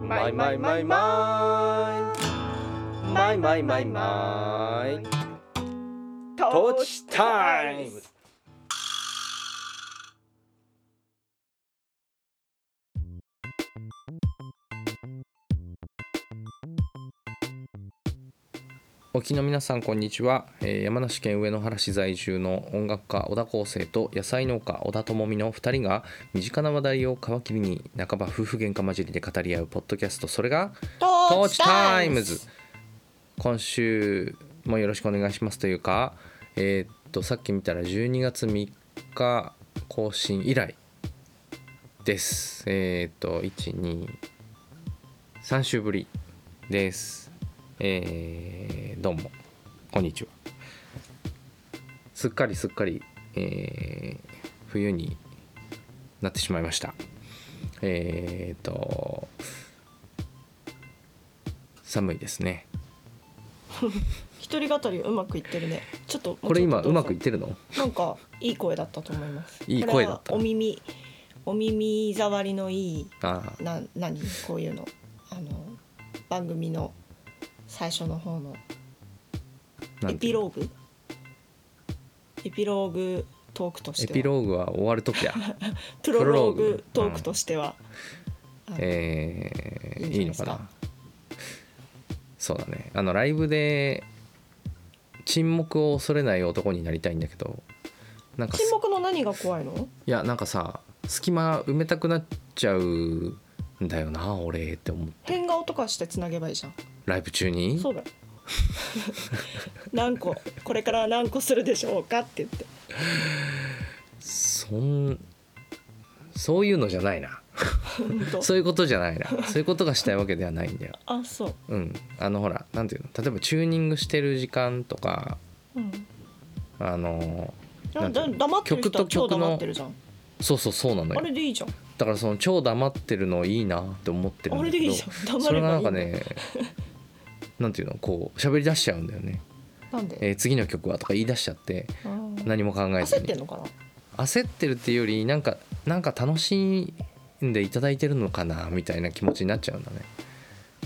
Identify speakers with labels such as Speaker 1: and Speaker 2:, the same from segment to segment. Speaker 1: マイマイマイマイマイマイマイマイトーチタイム
Speaker 2: お聞きの皆さんこんにちは、えー山梨県上野原市在住の音楽家小田康生と野菜農家小田智美の2人が身近な話題を皮切りに半ば夫婦喧嘩混じりで語り合うポッドキャストそれが
Speaker 3: ト
Speaker 2: 「トーチタイムズ」今週もよろしくお願いしますというかえーっとさっき見たら12月3日更新以来ですえーっと123週ぶりですえーどうもこんにちはすっかりすっかり、えー冬になってしまいましたえーっと寒いですね
Speaker 3: 一人語りうまくいってるねちょっと
Speaker 2: これ今うまくい
Speaker 3: い
Speaker 2: ってるの
Speaker 3: なんかいい声だったと思います
Speaker 2: いい声だった
Speaker 3: これはお耳お耳障りのいい
Speaker 2: ああ
Speaker 3: な何こういうのあの番組の最初の方の
Speaker 2: な
Speaker 3: エ
Speaker 2: んて
Speaker 3: ピ
Speaker 2: いうの
Speaker 3: ローグエピローグトークとして
Speaker 2: エ
Speaker 3: は
Speaker 2: ピローグは終わる時 や
Speaker 3: プロロー
Speaker 2: プロローグ
Speaker 3: グトークとしては、あの
Speaker 2: えー、い
Speaker 3: い
Speaker 2: い
Speaker 3: いん
Speaker 2: の
Speaker 3: じ
Speaker 2: か
Speaker 3: ゃないですか
Speaker 2: なそうだねあのライブで沈黙を恐れない男になりたいんだけどなんかす
Speaker 3: 沈黙の何が怖いの
Speaker 2: いやなんかさ隙間埋めたくなっちゃうんだよな俺って思う
Speaker 3: 変顔とかしてつなげばいいじゃん
Speaker 2: ライブ中に
Speaker 3: そうだよ 何個これから何個するでしょうかって言って
Speaker 2: そんそういうのじゃないな
Speaker 3: 本当
Speaker 2: そういうことじゃないなそういうことがしたいわけではないんだよ
Speaker 3: あそう、
Speaker 2: うんあのほらなんていうの例えばチューニングしてる時間とか
Speaker 3: うん、
Speaker 2: あのな
Speaker 3: だ
Speaker 2: んてい
Speaker 3: だ
Speaker 2: うの
Speaker 3: 黙って
Speaker 2: 曲
Speaker 3: る人
Speaker 2: と
Speaker 3: は超
Speaker 2: 曲の
Speaker 3: 黙ってるじゃん
Speaker 2: そうそうそうなの
Speaker 3: あ
Speaker 2: よ
Speaker 3: れでいいじゃん
Speaker 2: だからその超黙ってるのいいなって思ってるん
Speaker 3: あ
Speaker 2: だ
Speaker 3: れ
Speaker 2: け
Speaker 3: でい
Speaker 2: ど
Speaker 3: いじゃん
Speaker 2: そ
Speaker 3: 黙
Speaker 2: れ
Speaker 3: れ
Speaker 2: が
Speaker 3: ば
Speaker 2: ないん
Speaker 3: い
Speaker 2: かねなんていうのこう喋り出しちゃうんだよね、
Speaker 3: なんで
Speaker 2: えー次の曲はとか言い出しちゃって
Speaker 3: あー
Speaker 2: 何も考えず
Speaker 3: 焦っ
Speaker 2: に
Speaker 3: てんのかな
Speaker 2: 焦ってるっていうよりなんかなんか楽しんでいただいてるのかなみたいな気持ちになっちゃうんだね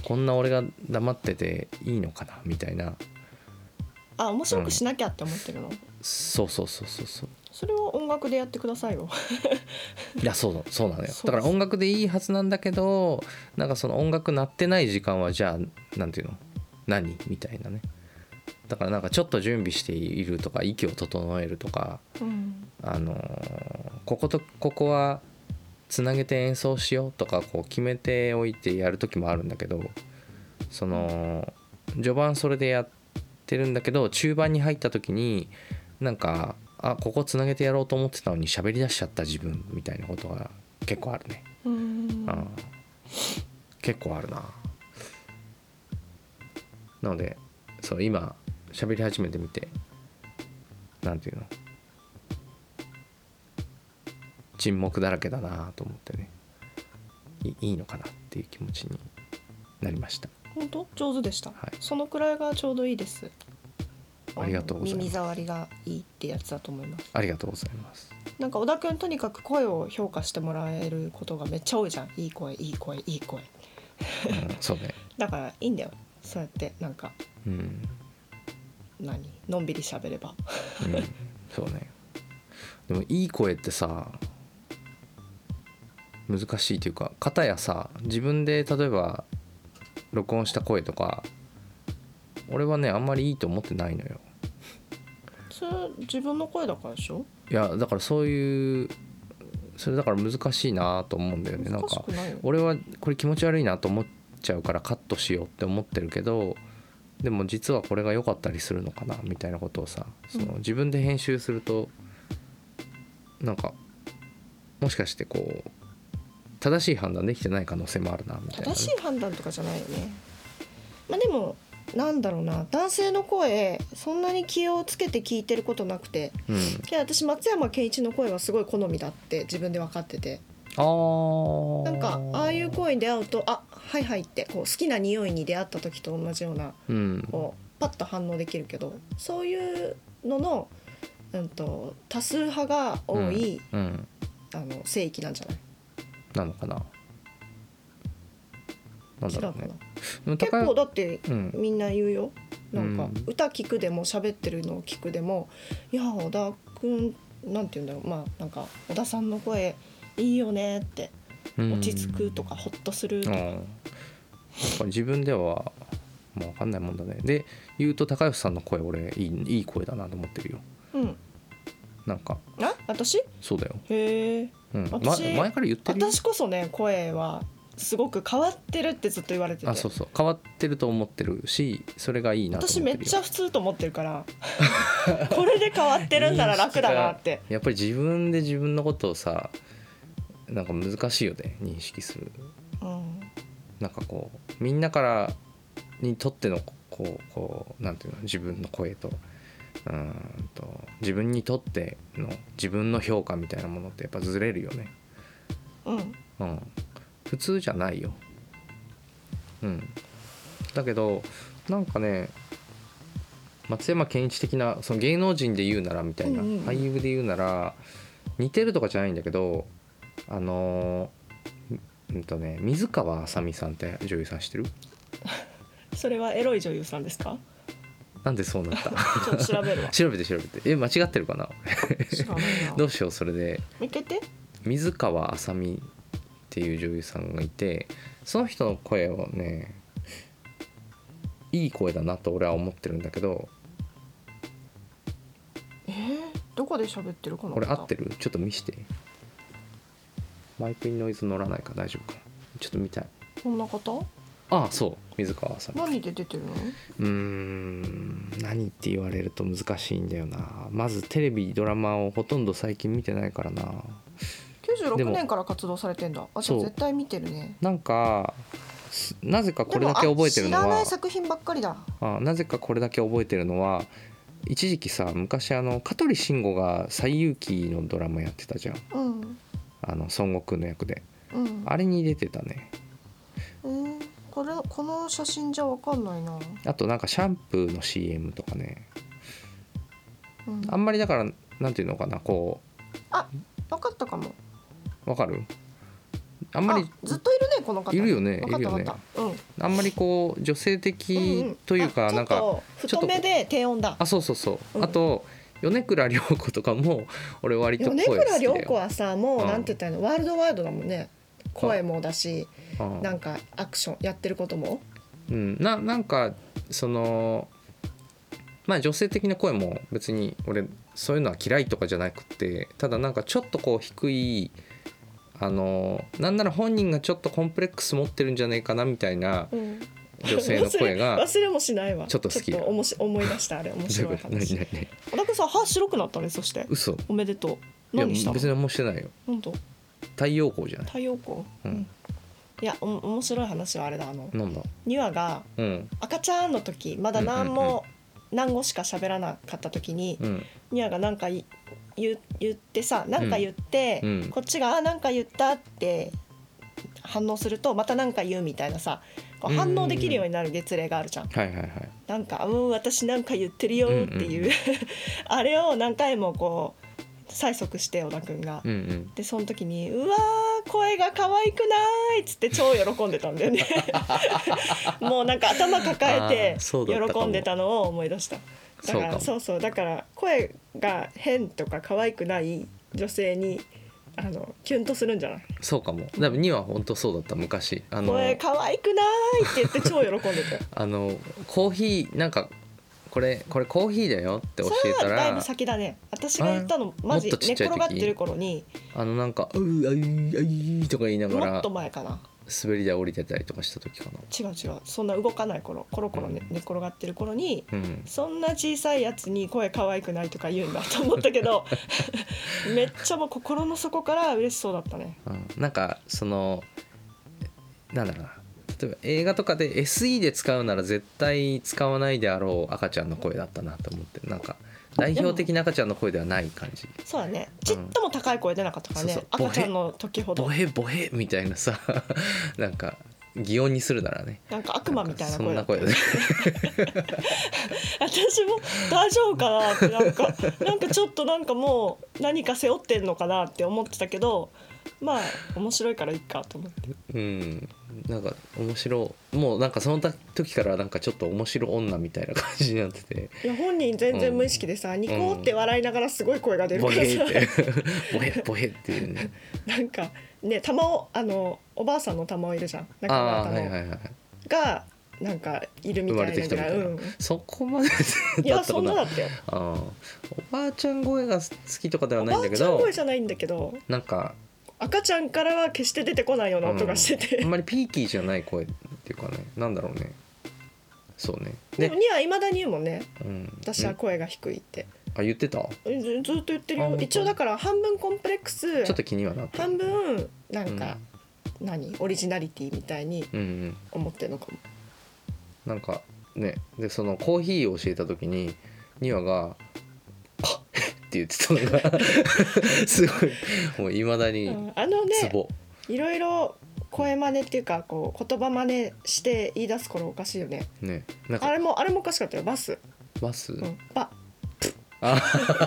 Speaker 2: こんな俺が黙ってていいのかなみたいな
Speaker 3: あ面白くしなきゃって思ってるの、
Speaker 2: そうそうそうそうそう
Speaker 3: それを音楽でやってくださいよ
Speaker 2: いやそうだそうなのよ
Speaker 3: そう
Speaker 2: だから音楽でいいはずなんだけどなんかその音楽鳴ってない時間はじゃあなんていうの何みたいなねだからなんかちょっと準備しているとか息を整えるとか
Speaker 3: うん
Speaker 2: あのーこことここはつなげて演奏しようとかこう決めておいてやる時もあるんだけどその序盤それでやってるんだけど中盤に入った時になんかあここつなげてやろうと思ってたのに喋り出しちゃった自分みたいなことが結構あるね、
Speaker 3: うーん
Speaker 2: うん、結構あるななのでそう今喋り始めてみてなんていうの沈黙だらけだなと思ってねいいいのかなっていう気持ちになりました
Speaker 3: 本当上手でした、
Speaker 2: はい
Speaker 3: そのくらいがちょうどいいです
Speaker 2: ありがとうございます
Speaker 3: あの耳障りがいいってやつだと思います
Speaker 2: ありがとうございます
Speaker 3: なんか小田くんとにかく声を評価してもらえることがめっちゃ多いじゃんいい声いい声いい声
Speaker 2: うんそうね
Speaker 3: だからいいんだよそうやってなんか
Speaker 2: うん
Speaker 3: 何のんびり喋れば
Speaker 2: うんそうねでもいい声ってさ難しいというか片やさ自分で例えば録音した声とか俺はねあんまりいいと思ってないのよ
Speaker 3: それ自分の声だからでしょ
Speaker 2: いやだからそういうそれだから難しいなと思うんだよねなん
Speaker 3: 難し
Speaker 2: か
Speaker 3: くないよ
Speaker 2: 俺はこれ気持ち悪いなと思っちゃうからカットしようって思ってるけどでも実はこれが良かったりするのかなみたいなことをさその
Speaker 3: うん
Speaker 2: 自分で編集するとなんかもしかしてこう正しい判断できてない可能性もあるなみたいなね、
Speaker 3: 正しい判断とかじゃないよねまあでもなんだろうな男性の声そんなに気をつけて聞いてることなくて
Speaker 2: うん、
Speaker 3: いや私松山ケンイチの声はすごい好みだって自分で分かってて
Speaker 2: あー
Speaker 3: なんかああいう声に出会うとあはいはいってこう好きな匂いに出会った時と同じような
Speaker 2: うん
Speaker 3: こうパッと反応できるけどそういうのの、うん、と多数派が多い、
Speaker 2: うん
Speaker 3: あの聖域なんじゃない
Speaker 2: なのかななんだ
Speaker 3: キ
Speaker 2: ろ
Speaker 3: ラ
Speaker 2: う
Speaker 3: かな
Speaker 2: ねでも
Speaker 3: 結
Speaker 2: 高い
Speaker 3: 構だって
Speaker 2: うん
Speaker 3: みんな言うよなん
Speaker 2: う
Speaker 3: か
Speaker 2: ん
Speaker 3: 歌聞くでも喋ってるのを聞くでも「いや小田君なんて言うんだろうまあなんか小田さんの声いいよね」って
Speaker 2: うん
Speaker 3: 落ち着くとかほっとする
Speaker 2: う
Speaker 3: と
Speaker 2: ん、
Speaker 3: か
Speaker 2: やっぱ自分ではもう分かんないもんだねで言うと高吉さんの声俺いいいい声だなと思ってるよ
Speaker 3: うん
Speaker 2: なんか
Speaker 3: あ私
Speaker 2: そうだよ、
Speaker 3: へえ
Speaker 2: うん、ま
Speaker 3: 私
Speaker 2: 前から言ってるよ
Speaker 3: 私こそね声はすごく変わってるってずっと言われてて
Speaker 2: あそうそう変わってると思ってるしそれがいいなと思って
Speaker 3: 私
Speaker 2: る
Speaker 3: め
Speaker 2: よ
Speaker 3: っちゃ普通と思ってるからこれで変わってるんな ら楽だなって
Speaker 2: やっぱり自分で自分のことをさなんか難しいよね認識する
Speaker 3: うん
Speaker 2: なんかこうみんなからにとってのこうこうなんていうの自分の声とうーんと自分にとっての自分の評価みたいなものってやっぱずれるよね、
Speaker 3: うん
Speaker 2: うん、普通じゃないよ、うん、だけどなんかね松山ケンイチ的なその芸能人で言うならみたいな、
Speaker 3: うんうんうん
Speaker 2: 俳優で言うなら似てるとかじゃないんだけどあのーうんとね水川あさみさんって女優さん知ってる
Speaker 3: それはエロい女優さんですか
Speaker 2: なんでそうなった
Speaker 3: ちょっと調べるわ
Speaker 2: 調べて調べてえ間違ってるかな
Speaker 3: 知らないな
Speaker 2: どうしようそれで
Speaker 3: もう一回言って
Speaker 2: 水川あさみっていう女優さんがいてその人の声をねいい声だなと俺は思ってるんだけど
Speaker 3: えー、どこで喋ってるかな
Speaker 2: これ合ってるちょっと見してマイクにノイズ乗らないか大丈夫かなちょっと見たい
Speaker 3: こんな方
Speaker 2: ああそう水川あさみ
Speaker 3: 何で出てるの
Speaker 2: うーん何って言われると難しいんだよなまずテレビドラマをほとんど最近見てないからなで
Speaker 3: 96
Speaker 2: も
Speaker 3: 年から活動されてんだあじ
Speaker 2: そ
Speaker 3: ゃあ
Speaker 2: う
Speaker 3: 絶対見てるね
Speaker 2: なんかすなぜかこ
Speaker 3: で
Speaker 2: れ
Speaker 3: も
Speaker 2: だけ覚えてるの
Speaker 3: あ知らな
Speaker 2: はい
Speaker 3: 作品ばっかりだ
Speaker 2: あなぜかこれだけ覚えてるのは一時期さ昔あの香取慎吾が「西遊記」のドラマやってたじゃん
Speaker 3: うん
Speaker 2: あの孫悟空の役で
Speaker 3: うん
Speaker 2: あれに出てたね
Speaker 3: えー、これこの写真じゃわかんないな、
Speaker 2: あとなんかシャンプーの CM とかね
Speaker 3: うん、
Speaker 2: あんまりだからなんていうのかなこ
Speaker 3: わかったかも
Speaker 2: うわかるあ
Speaker 3: あ
Speaker 2: んまり
Speaker 3: ずっといるねこの方
Speaker 2: いるよね
Speaker 3: わかっ
Speaker 2: いる
Speaker 3: た
Speaker 2: よ
Speaker 3: わ
Speaker 2: ね
Speaker 3: かったうん
Speaker 2: あんまりこう女性
Speaker 3: うんう
Speaker 2: 的
Speaker 3: ん
Speaker 2: という
Speaker 3: あ
Speaker 2: かなん
Speaker 3: ち
Speaker 2: か
Speaker 3: ょっと太めで低音だ
Speaker 2: あそうそうそう
Speaker 3: うん
Speaker 2: あと米倉涼子とかも俺割と
Speaker 3: 米
Speaker 2: 声好きだ
Speaker 3: 倉涼子
Speaker 2: よ
Speaker 3: はさもう
Speaker 2: うん
Speaker 3: なんて言ったらいいのワールドワイドだもんね声もだし
Speaker 2: うん
Speaker 3: なんかアクションやってることも
Speaker 2: うん、ななんかそのまあ女性的な声も別に俺そういうのは嫌いとかじゃなくてただなんかちょっとこう低いあのなんなら本人がちょっとコンプレックス持ってるんじゃないかなみたいな
Speaker 3: うん
Speaker 2: 女性の声
Speaker 3: 忘れ
Speaker 2: が
Speaker 3: 忘れもしないわ
Speaker 2: ちょっと好きだ
Speaker 3: ちょっとおもし思い出したあれ面白い
Speaker 2: 何
Speaker 3: 話
Speaker 2: 何何
Speaker 3: 小田君さ歯白くなったねそして
Speaker 2: 嘘い
Speaker 3: おめでとう
Speaker 2: や
Speaker 3: 何した
Speaker 2: 別に
Speaker 3: の
Speaker 2: 何もしてないよ
Speaker 3: 本当
Speaker 2: 太陽光じゃない
Speaker 3: 太陽光、
Speaker 2: うん
Speaker 3: いやお面白い話はあれだあの
Speaker 2: なんだ
Speaker 3: 2話が
Speaker 2: うん
Speaker 3: 赤ちゃんの時まだ何
Speaker 2: うんうんうん
Speaker 3: も何語しか喋らなかった時に
Speaker 2: うん
Speaker 3: ニアが何かい言う言ってさ何か言って、
Speaker 2: うんうん
Speaker 3: こっちが「あ何か言った」って反応するとまた何か言うみたいなさこう反応できるようになる月齢があるじゃん。
Speaker 2: はいはいはい
Speaker 3: なんか「うん私なんか言ってるよ」っていう、 あれを何回もこう催促して小田君が。
Speaker 2: うんうん
Speaker 3: でその時に「うわー声が可愛くない」っつって超喜んでたんだ よねもうなんか頭抱え
Speaker 2: あー
Speaker 3: て
Speaker 2: そうだったかも
Speaker 3: 喜んでたのを思い出しただ
Speaker 2: そう
Speaker 3: か
Speaker 2: からも
Speaker 3: そうそうだから声が変とか可愛くない女性にあのキュンとするんじゃない
Speaker 2: そうかもだから2は本当そうだった昔あの
Speaker 3: 声可愛くないって言って超喜んでたよ
Speaker 2: あのコーヒーなんかこれこれコーヒーだよって教
Speaker 3: それ
Speaker 2: えた
Speaker 3: はだいぶ
Speaker 2: ら
Speaker 3: 先だね私が言ったのマジ
Speaker 2: もっと
Speaker 3: 寝
Speaker 2: ちっちゃい時
Speaker 3: 転がってる頃に
Speaker 2: あのなんか「ううあいうあいう」とか言いなが
Speaker 3: もっ
Speaker 2: ら
Speaker 3: と前かな
Speaker 2: 滑り台降りてたりとかした時かな
Speaker 3: 違う違うそんな動かない頃コロコロ、ね、寝転がってる頃に
Speaker 2: うん
Speaker 3: そんな小さいやつに声可愛くないとか言うんだと思った けどめっちゃもう心の底から嬉しそうだったね
Speaker 2: うんなんかそのなんだろうな例えば映画とかで SE で使うなら絶対使わないであろう赤ちゃんの声だったなと思ってなんか代表的な赤ちゃんの声ではない感じ
Speaker 3: そうだねちっとも高い声出なかったからね、
Speaker 2: そうそう
Speaker 3: 赤ちゃんの時ほど
Speaker 2: ボヘボヘみたいなさ なんか擬音にするならね
Speaker 3: なんか悪魔みたいな声だ
Speaker 2: な
Speaker 3: っ
Speaker 2: ん
Speaker 3: た
Speaker 2: かそんな声だね
Speaker 3: 私も大丈夫かなってなんかなんかちょっとなんかもう何か背負ってんのかなって思ってたけどまあ面白いからいいかと思って
Speaker 2: うんなんか面白もうなんかその時からなんかちょっと面白女みたいな感じになってて
Speaker 3: いや本人全然無意識でさ、ニコって笑いながらすごい声が出る
Speaker 2: ボ
Speaker 3: から
Speaker 2: ヘー
Speaker 3: さ
Speaker 2: って ボヘボヘっていうね
Speaker 3: なんかね玉をあのおばあさんの玉をいるじゃん中
Speaker 2: あ
Speaker 3: 村
Speaker 2: あ
Speaker 3: 玉
Speaker 2: ー
Speaker 3: 緒、
Speaker 2: はいはいはい
Speaker 3: がなんかいるみ
Speaker 2: 生
Speaker 3: た
Speaker 2: ま
Speaker 3: い
Speaker 2: れ
Speaker 3: な
Speaker 2: てきた
Speaker 3: ぐ
Speaker 2: み
Speaker 3: ら
Speaker 2: た
Speaker 3: い
Speaker 2: いな、
Speaker 3: うん、
Speaker 2: そこまで
Speaker 3: い
Speaker 2: だ
Speaker 3: や
Speaker 2: った
Speaker 3: そ
Speaker 2: か
Speaker 3: んなだ
Speaker 2: な
Speaker 3: ったよ
Speaker 2: あーおばあちゃん声が好きとかでは
Speaker 3: お
Speaker 2: ないん
Speaker 3: ば
Speaker 2: だ
Speaker 3: あ
Speaker 2: け
Speaker 3: ちゃん
Speaker 2: ど
Speaker 3: 声じゃないんだけど
Speaker 2: なんか
Speaker 3: 赤ちゃんからは決して出てこないような音がしてて、
Speaker 2: うんあんまりピーキーじゃない声っていうかねなんだろうねそうねで
Speaker 3: でもにはいまだに言うもんね
Speaker 2: うん、
Speaker 3: 私は声が低いって、
Speaker 2: あ言ってたち
Speaker 3: ずずっと言ってる
Speaker 2: あ本
Speaker 3: よ
Speaker 2: 当
Speaker 3: 一応だから半分コンプレックス
Speaker 2: ょっと気にはなった
Speaker 3: 半分なんか、何オリジナリティみたいに
Speaker 2: うん、うんうん、
Speaker 3: 思ってるのかも
Speaker 2: なんかねでそのコーヒーを教えた時にニワが「あっ!」って言ってたの がすごいもういまだ
Speaker 3: う
Speaker 2: に
Speaker 3: んあの
Speaker 2: ツ
Speaker 3: ね
Speaker 2: ボ、
Speaker 3: いろいろ声真似っていうかこう言葉真似して言い出す頃おかしいよね
Speaker 2: ねなん
Speaker 3: あ
Speaker 2: か
Speaker 3: れもあれもおかしかったよバス、
Speaker 2: バス、
Speaker 3: うん、バ
Speaker 2: あ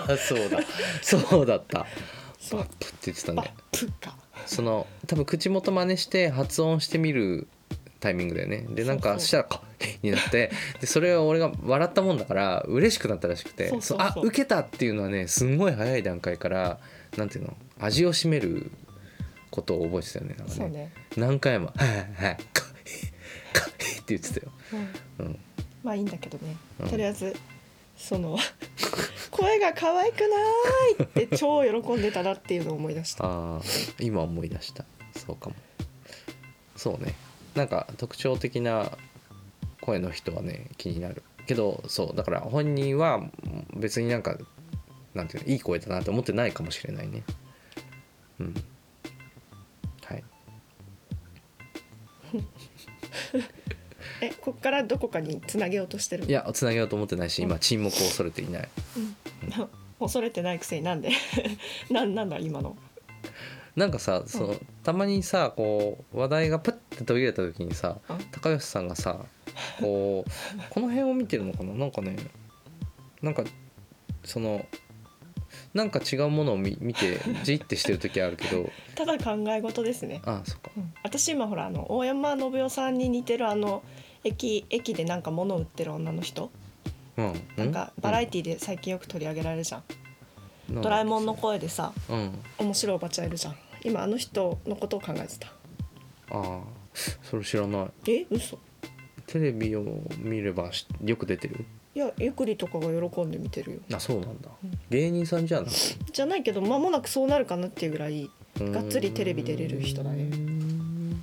Speaker 2: あ そうだそうだった
Speaker 3: そ
Speaker 2: バッ
Speaker 3: う
Speaker 2: プって言ってた
Speaker 3: バ
Speaker 2: ね
Speaker 3: プか
Speaker 2: その多分口元真似して発音してみるタイミングだよねでなん
Speaker 3: そ
Speaker 2: か
Speaker 3: うそう
Speaker 2: したら「かっ!」 になってでそれを俺が笑ったもんだから嬉しくなったらしくて
Speaker 3: そうそうそう
Speaker 2: あ受けたっていうのはねすんごい早い段階からなんていうの味を占めることを覚えてたよねなんか
Speaker 3: そう
Speaker 2: ね
Speaker 3: ね、
Speaker 2: 何回も「はいはいはいかっかっ」って言ってたよ、
Speaker 3: うん
Speaker 2: うん、
Speaker 3: まあいいんだけどね、
Speaker 2: うん
Speaker 3: とりあえずその 声が可愛くないって超喜んでたなっていうのを思い出した
Speaker 2: あー今思い出したそうかもそうねなんか特徴的な声の人はね気になるけどそうだから本人はうん別になんかなんていうのいい声だなって思ってないかもしれないねうんはい
Speaker 3: えこっからどこかにつなげようとしてる
Speaker 2: いやつなげようと思ってないし今沈黙を恐れていない
Speaker 3: 恐れてないくせになんで なんなんだ今の
Speaker 2: なんかさそのたまにさこう話題がプッて途切れた時にさ
Speaker 3: うん
Speaker 2: 高吉さんがさこうこの辺を見てるのかななんかねなんかそのなんか違うものを見見てじってしてる時あるけ ど
Speaker 3: ただ考え事ですね、
Speaker 2: あそっか
Speaker 3: うん私今ほらあの大山信代さんに似てるあの駅駅でなんか物を売ってる女の人
Speaker 2: うん
Speaker 3: なんかバラエ
Speaker 2: テ
Speaker 3: ティで最近よく取り上げられるじゃん、
Speaker 2: ィ
Speaker 3: ドラえもんの声でさ
Speaker 2: うん
Speaker 3: 面白いおばちゃんいるじゃん今あの人のことを考えてた
Speaker 2: あーそれ知らない
Speaker 3: え嘘
Speaker 2: テレビを見ればしよく出てる
Speaker 3: いやゆくりとかが喜んで見てるよ
Speaker 2: あそうなんだ
Speaker 3: うん
Speaker 2: 芸人さんじゃなく
Speaker 3: じゃないけど間もなくそうなるかなっていうぐらいがっつりテレビ出れる人だね
Speaker 2: うーん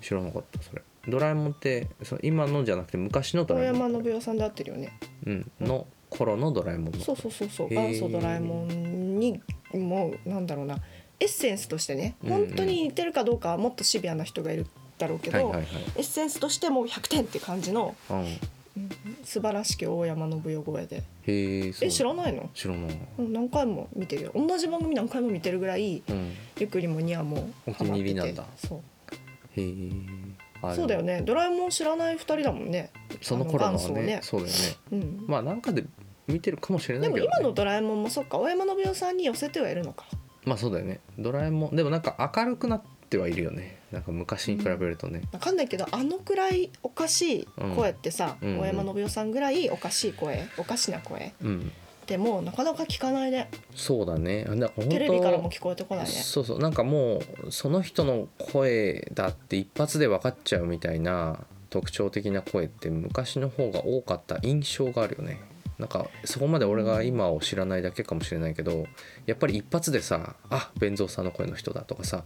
Speaker 2: 知らなかったそれドラえもんってその今のじゃなくて昔のド
Speaker 3: 大
Speaker 2: ラえも
Speaker 3: 山
Speaker 2: ん、
Speaker 3: 信代さんで合ってるよね
Speaker 2: うん、の頃のドラえもんの
Speaker 3: そうそうそうそう
Speaker 2: へー
Speaker 3: 元祖ドラえもんにもうなんだろうなエッセンスとしてね
Speaker 2: うんうん
Speaker 3: 本当に似てるかどうかはもっとシビアな人がいるだろうけど、
Speaker 2: はいはいはい
Speaker 3: エッセンスとしてもう100点って感じの
Speaker 2: うん
Speaker 3: 素晴らしき大山信代声で
Speaker 2: へえそう
Speaker 3: え知らないの
Speaker 2: 知らない
Speaker 3: うん何回も見てるよ同じ番組何回も見てるぐらい
Speaker 2: うん
Speaker 3: ゆっくりもにゃも
Speaker 2: お気に入りなんだ
Speaker 3: ハマっててそう
Speaker 2: へえあ
Speaker 3: そうだよ
Speaker 2: ね
Speaker 3: ねドラえもん知らない2人だもんね
Speaker 2: その頃のは
Speaker 3: あの元
Speaker 2: ね
Speaker 3: 祖ね
Speaker 2: そうだよね
Speaker 3: うん
Speaker 2: まあなんかで見てるかもしれな
Speaker 3: で
Speaker 2: いけ
Speaker 3: も
Speaker 2: ど、ね、
Speaker 3: 今のドラえもんもそっか大山信代さんに寄せてはいるのか
Speaker 2: まあそうだよねドラえもんでもなんか明るくなってはいるよねなんか昔に比べるとね、
Speaker 3: わかんないけどあのくらいおかしい声ってさ、
Speaker 2: うんうん
Speaker 3: 大山信代さんぐらいおかしい声おかしな声
Speaker 2: うん
Speaker 3: でもうなかなか聞かないね
Speaker 2: そうだねなんか本当
Speaker 3: テレビからも聞こえてこないね
Speaker 2: そうそうなんかもうその人の声だって一発で分かっちゃうみたいな特徴的な声って昔の方が多かった印象があるよねなんかそこまで俺が今を知らないだけかもしれないけどやっぱり一発でさ「あ弁蔵さんの声の人だ」とかさ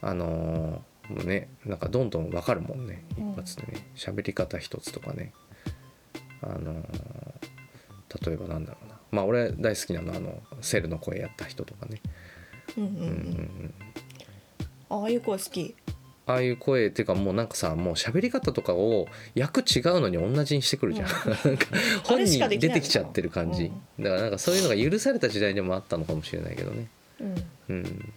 Speaker 2: あのーもうねなんかどんどん分かるもんね
Speaker 3: うん
Speaker 2: 一発でね喋り方一つとかねあのー例えばなんだろうなまあ俺大好きなのはあのセルの声やった人とかね
Speaker 3: うんうんう
Speaker 2: うんうん
Speaker 3: ん、
Speaker 2: うん
Speaker 3: ああいう声好き
Speaker 2: ああいう声っていうかもうなんかさもう喋り方とかを役違うのに同じにしてくるじゃん、
Speaker 3: う
Speaker 2: なんか
Speaker 3: あ
Speaker 2: 本
Speaker 3: れし
Speaker 2: 人
Speaker 3: かで
Speaker 2: 出
Speaker 3: きないのかな
Speaker 2: てきちゃってる感じ、だからなんかそういうのが許された時代でもあったのかもしれないけどね
Speaker 3: うん
Speaker 2: うん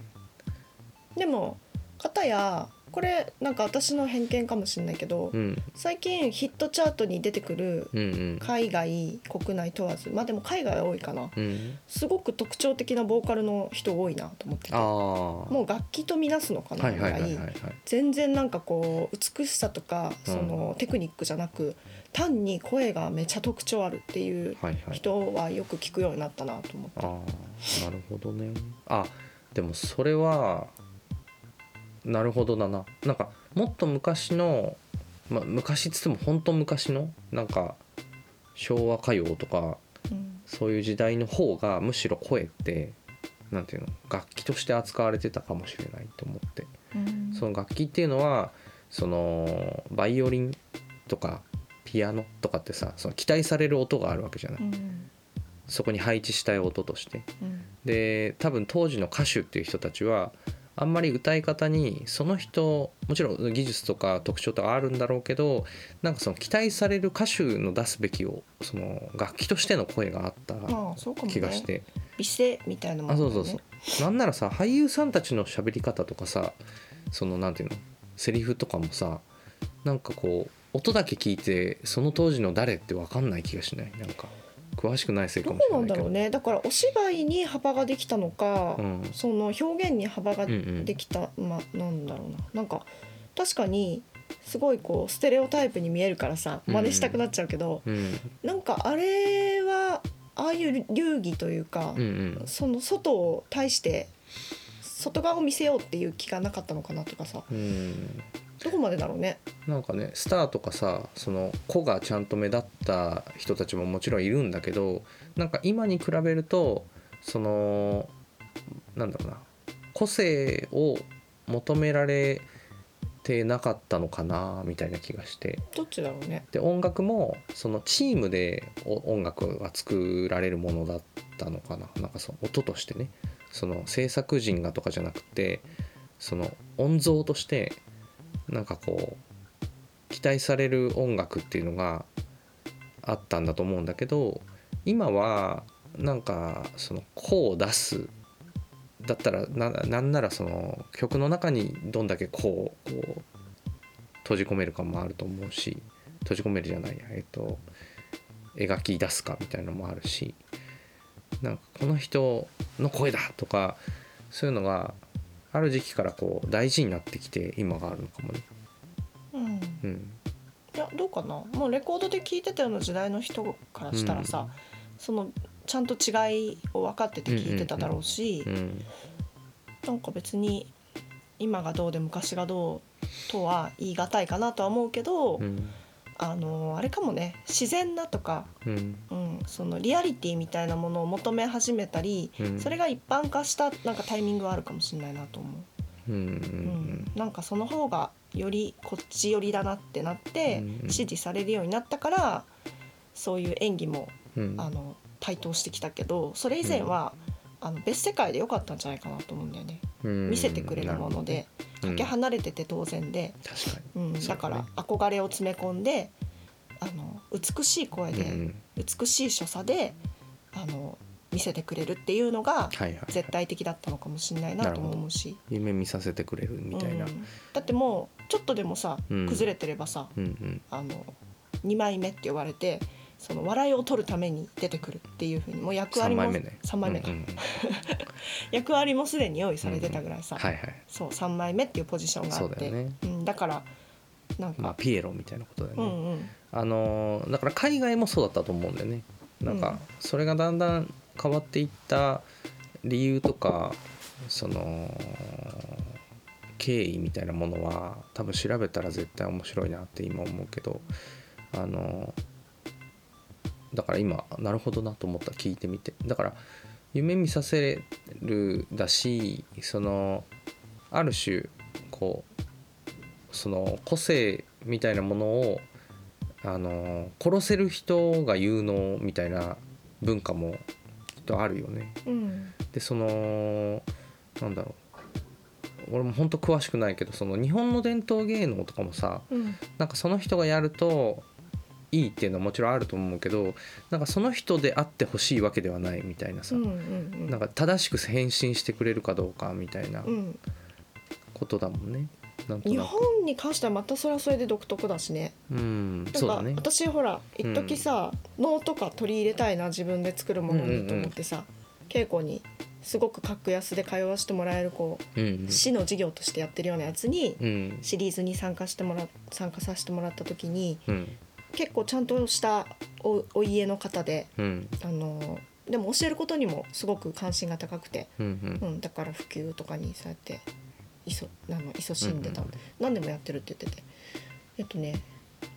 Speaker 3: でも片やこれなんか私の偏見かもしれないけど、
Speaker 2: うん
Speaker 3: 最近ヒットチャートに出てくる
Speaker 2: うんうん
Speaker 3: 海外国内問わずまあでも海外は多いかな
Speaker 2: うん
Speaker 3: すごく特徴的なボーカルの人多いなと思ってて
Speaker 2: ああ
Speaker 3: もう楽器とみなすのかな
Speaker 2: はい
Speaker 3: ぐ
Speaker 2: はい
Speaker 3: ら
Speaker 2: はい
Speaker 3: い
Speaker 2: はいはい
Speaker 3: 全然なんかこう美しさとか
Speaker 2: うん
Speaker 3: そのテクニックじゃなく単に声がめちゃ特徴あるっていう
Speaker 2: はいはい
Speaker 3: 人はよく聞くようになったなと思って
Speaker 2: あーなるほどねあでもそれはなるほどだななんかもっと昔の、まあ、昔っつっても本当昔のなんか昭和歌謡とか
Speaker 3: うん
Speaker 2: そういう時代の方がむしろ声ってなんていうの楽器として扱われてたかもしれないと思って
Speaker 3: うん
Speaker 2: その楽器っていうのはそのバイオリンとかピアノとかってさその期待される音があるわけじゃない
Speaker 3: うん
Speaker 2: そこに配置したい音として
Speaker 3: うん
Speaker 2: で多分当時の歌手っていう人たちはあんまり歌い方にその人もちろん技術とか特徴とかあるんだろうけどなんかその期待される歌手の出すべきをその楽器としての声があった
Speaker 3: まあそうかもね
Speaker 2: 気がして
Speaker 3: 美声みたいなも
Speaker 2: あ
Speaker 3: んだ
Speaker 2: そ
Speaker 3: よ
Speaker 2: う
Speaker 3: ね
Speaker 2: そうそうなんならさ俳優さんたちの喋り方とかさそのなんていうのセリフとかもさなんかこう音だけ聞いてその当時の誰って分かんない気がしないなんか詳しくないせいか
Speaker 3: どう
Speaker 2: もしれな
Speaker 3: な
Speaker 2: んいけ
Speaker 3: だ
Speaker 2: ど
Speaker 3: ろうねだからお芝居に幅ができたのか、
Speaker 2: うん
Speaker 3: その表現に幅が
Speaker 2: うんうん
Speaker 3: できた、まあなんだろうななんか確かにすごいこうステレオタイプに見えるからさ
Speaker 2: うん
Speaker 3: 真似したくなっちゃうけど、
Speaker 2: うん
Speaker 3: なんかあれはああいう流儀というか、
Speaker 2: うんうん
Speaker 3: その外を対して外側を見せようっていう気がなかったのかなとかさ
Speaker 2: うん
Speaker 3: どこまでだろうね。
Speaker 2: なんかねスターとかさその子がちゃんと目立った人たちももちろんいるんだけどなんか今に比べるとそのなんだろうな個性を求められてなかったのかなみたいな気がして
Speaker 3: どっちだろうね。
Speaker 2: で音楽もそのチームでお音楽が作られるものだったのかななんかその音としてねその制作人がとかじゃなくてその音像としてなんかこう期待される音楽っていうのがあったんだと思うんだけど今はなんかそのこう出すだったらななんならその曲の中にどんだけこうこう閉じ込めるかもあると思うし閉じ込めるじゃないやえっと描き出すかみたいなのもあるしなんかこの人の声だとかそういうのがある時期からこう大事になってきて今があるのかもね。
Speaker 3: うん、
Speaker 2: うん、
Speaker 3: いやどうかなもうレコードで聴いてたような時代の人からしたらさ、そのちゃんと違いを分かってて聞いてただろうし、
Speaker 2: うん
Speaker 3: なんか別に今がどうで昔がどうとは言い難いかなとは思うけど、
Speaker 2: うん
Speaker 3: あのあれかもね自然なとか、
Speaker 2: うん
Speaker 3: うん、そのリアリティみたいなものを求め始めたり、
Speaker 2: うん
Speaker 3: それが一般化したなんかタイミングはあるかもしれないなと思
Speaker 2: うんう
Speaker 3: う、うん
Speaker 2: ん
Speaker 3: なんかその方がよりこっち寄りだなってなって
Speaker 2: うん
Speaker 3: 支持されるようになったからそういう演技も
Speaker 2: うん
Speaker 3: あの台頭してきたけどそれ以前は、あの別世界で良かったんじゃないかなと思うんだよね
Speaker 2: うん
Speaker 3: 見せてくれるもので、
Speaker 2: うん
Speaker 3: かけ離れてて当然で、
Speaker 2: 確かに
Speaker 3: うん
Speaker 2: そう
Speaker 3: だから憧れを詰め込んであの美しい声で、
Speaker 2: うん
Speaker 3: 美しい所作であの見せてくれるっていうのが
Speaker 2: はいはいはい
Speaker 3: 絶対的だったのかもしれないなとも思うし。
Speaker 2: 夢見させてくれるみたいな、う
Speaker 3: うんんだってもうちょっとでもさ
Speaker 2: うん
Speaker 3: 崩れてればさ、
Speaker 2: うん
Speaker 3: あの2枚目って言われてその笑いを取るために出てくるっていうふうにもう役
Speaker 2: 三
Speaker 3: 割も
Speaker 2: 枚目ね
Speaker 3: 三枚目か
Speaker 2: うんうん
Speaker 3: 役割もすでに用意されてたぐらいさ、
Speaker 2: はいはい
Speaker 3: そう3枚目っていうポジションがあ
Speaker 2: そう
Speaker 3: っ
Speaker 2: だ
Speaker 3: て
Speaker 2: よね
Speaker 3: うん、だからなんか、
Speaker 2: まあピエロみたいなことだよ
Speaker 3: う
Speaker 2: ね、
Speaker 3: んうん
Speaker 2: あのーだから海外もそうだったと思うんだよねなん
Speaker 3: うん
Speaker 2: かそれがだんだん変わっていった理由とかその経緯みたいなものは多分調べたら絶対面白いなって今思うけどあのーだから今なるほどなと思った聞いてみてだから夢見させるだしそのある種こうその個性みたいなものをあの殺せる人が有能みたいな文化もきっとあるよね。
Speaker 3: うん
Speaker 2: でそのなんだろう俺も本当詳しくないけどその日本の伝統芸能とかもさ
Speaker 3: うん
Speaker 2: なんかその人がやるといいっていうのはもちろんあると思うけどなんかその人であってほしいわけではないみたいな
Speaker 3: う
Speaker 2: さ、
Speaker 3: んうん
Speaker 2: なんか正しく返信してくれるかどうかみたいな
Speaker 3: うん
Speaker 2: ことだもんね。なんと
Speaker 3: 日
Speaker 2: なく
Speaker 3: 本に関してはまたそれはそれで独特だしね
Speaker 2: うん
Speaker 3: なん
Speaker 2: そう
Speaker 3: か
Speaker 2: だね
Speaker 3: 私ほら一時さ能とか取り入れたいな自分で作るものにと思ってさ稽古にすごく格安で通わせてもらえるこう
Speaker 2: うん
Speaker 3: 市の事業としてやってるようなやつに
Speaker 2: うん
Speaker 3: シリーズに参加してもら参加させてもらった時に
Speaker 2: うん
Speaker 3: 結構ちゃんとしたおお家の方で
Speaker 2: うん
Speaker 3: あのでも教えることにもすごく関心が高くて、
Speaker 2: うんうん
Speaker 3: うん、だから普及とかにそうやっていそあの勤しんでた、何でもやってるって言っててえっとね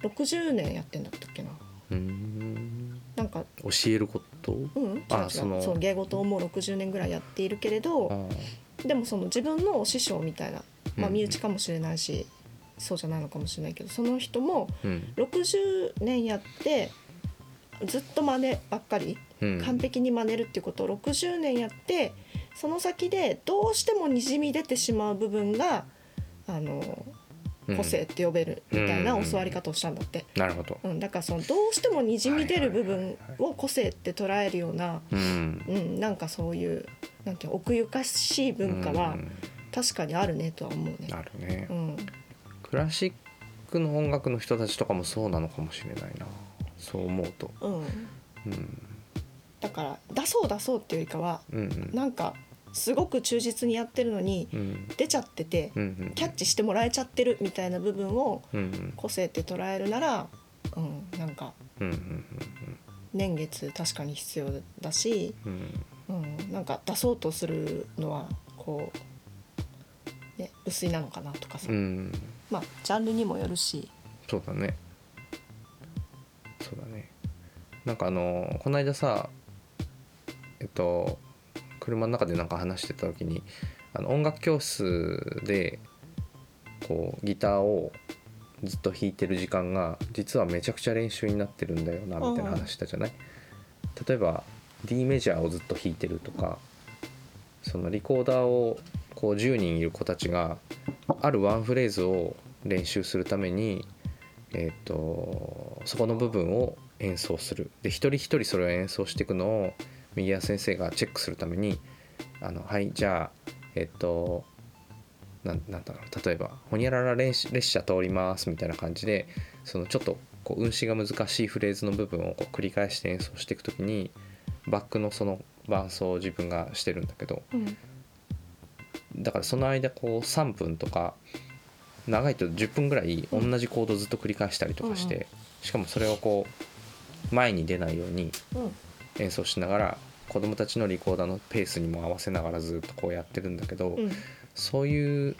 Speaker 3: 60年やってんだったっけな
Speaker 2: うん
Speaker 3: なんか
Speaker 2: 教えること
Speaker 3: うん違う違う
Speaker 2: あそ
Speaker 3: そ
Speaker 2: の
Speaker 3: の芸事をもう60年ぐらいやっているけれ
Speaker 2: あ
Speaker 3: ど
Speaker 2: ー
Speaker 3: でもその自分の師匠みたいな、まあ、
Speaker 2: うん
Speaker 3: 身内かもしれないし、そうじゃないのかもしれないけどその人も
Speaker 2: うん
Speaker 3: 60年やってずっと真似ばっかり
Speaker 2: うん
Speaker 3: 完璧に真似るっていうことを60年やってその先でどうしてもにじみ出てしまう部分があの
Speaker 2: うん
Speaker 3: 個性って呼べるみたいな
Speaker 2: うん
Speaker 3: 教わり方をしたんだって、
Speaker 2: なるほど
Speaker 3: うん、だからそのどうしてもにじみ出る部分を個性って捉えるような、
Speaker 2: うん
Speaker 3: うん、なんかそういうなんていうの奥ゆかしい文化は
Speaker 2: うん
Speaker 3: 確かにあるねとは思うね。
Speaker 2: あるね
Speaker 3: うん、
Speaker 2: クラシックの音楽の人たちとかもそうなのかもしれないなそう思うと
Speaker 3: うん、
Speaker 2: うん
Speaker 3: だから出そう出そうっていうよりかは
Speaker 2: うんうん
Speaker 3: なんかすごく忠実にやってるのに
Speaker 2: うん
Speaker 3: 出ちゃってて
Speaker 2: うんうん
Speaker 3: キャッチしてもらえちゃってるみたいな部分を
Speaker 2: うんうん
Speaker 3: 個性って捉えるなら、うん、なんか
Speaker 2: うんうん
Speaker 3: 年月確かに必要だし、
Speaker 2: うんうん
Speaker 3: うん、なんか出そうとするのはこう、ね、無粋なのかなとかさ、
Speaker 2: うん
Speaker 3: まあジャンルにもよるし、
Speaker 2: そうだねそうだねなんかあのこの間さえっと車の中でなんか話してた時にあの音楽教室でこうギターをずっと弾いてる時間が実はめちゃくちゃ練習になってるんだよなみたいな話したじゃない例えば D メジャーをずっと弾いてるとかそのリコーダーをこう10人いる子たちがあるワンフレーズを練習するために、えー、とそこの部分を演奏するで一人一人それを演奏していくのを右谷先生がチェックするためにあのはいじゃあえっ、となんなんだろう例えば「ほにゃらら列列車通ります」みたいな感じでそのちょっとこう運指が難しいフレーズの部分をこう繰り返して演奏していくときにバックのその伴奏を自分がしてるんだけど
Speaker 3: うん
Speaker 2: だからその間こう3分とか長いと10分ぐらい同じコードずっと繰り返したりとかして、
Speaker 3: うん
Speaker 2: しかもそれをこう前に出ないように
Speaker 3: うん
Speaker 2: 演奏しながら子供たちのリコーダーのペースにも合わせながらずっとこうやってるんだけど、
Speaker 3: うん
Speaker 2: そういう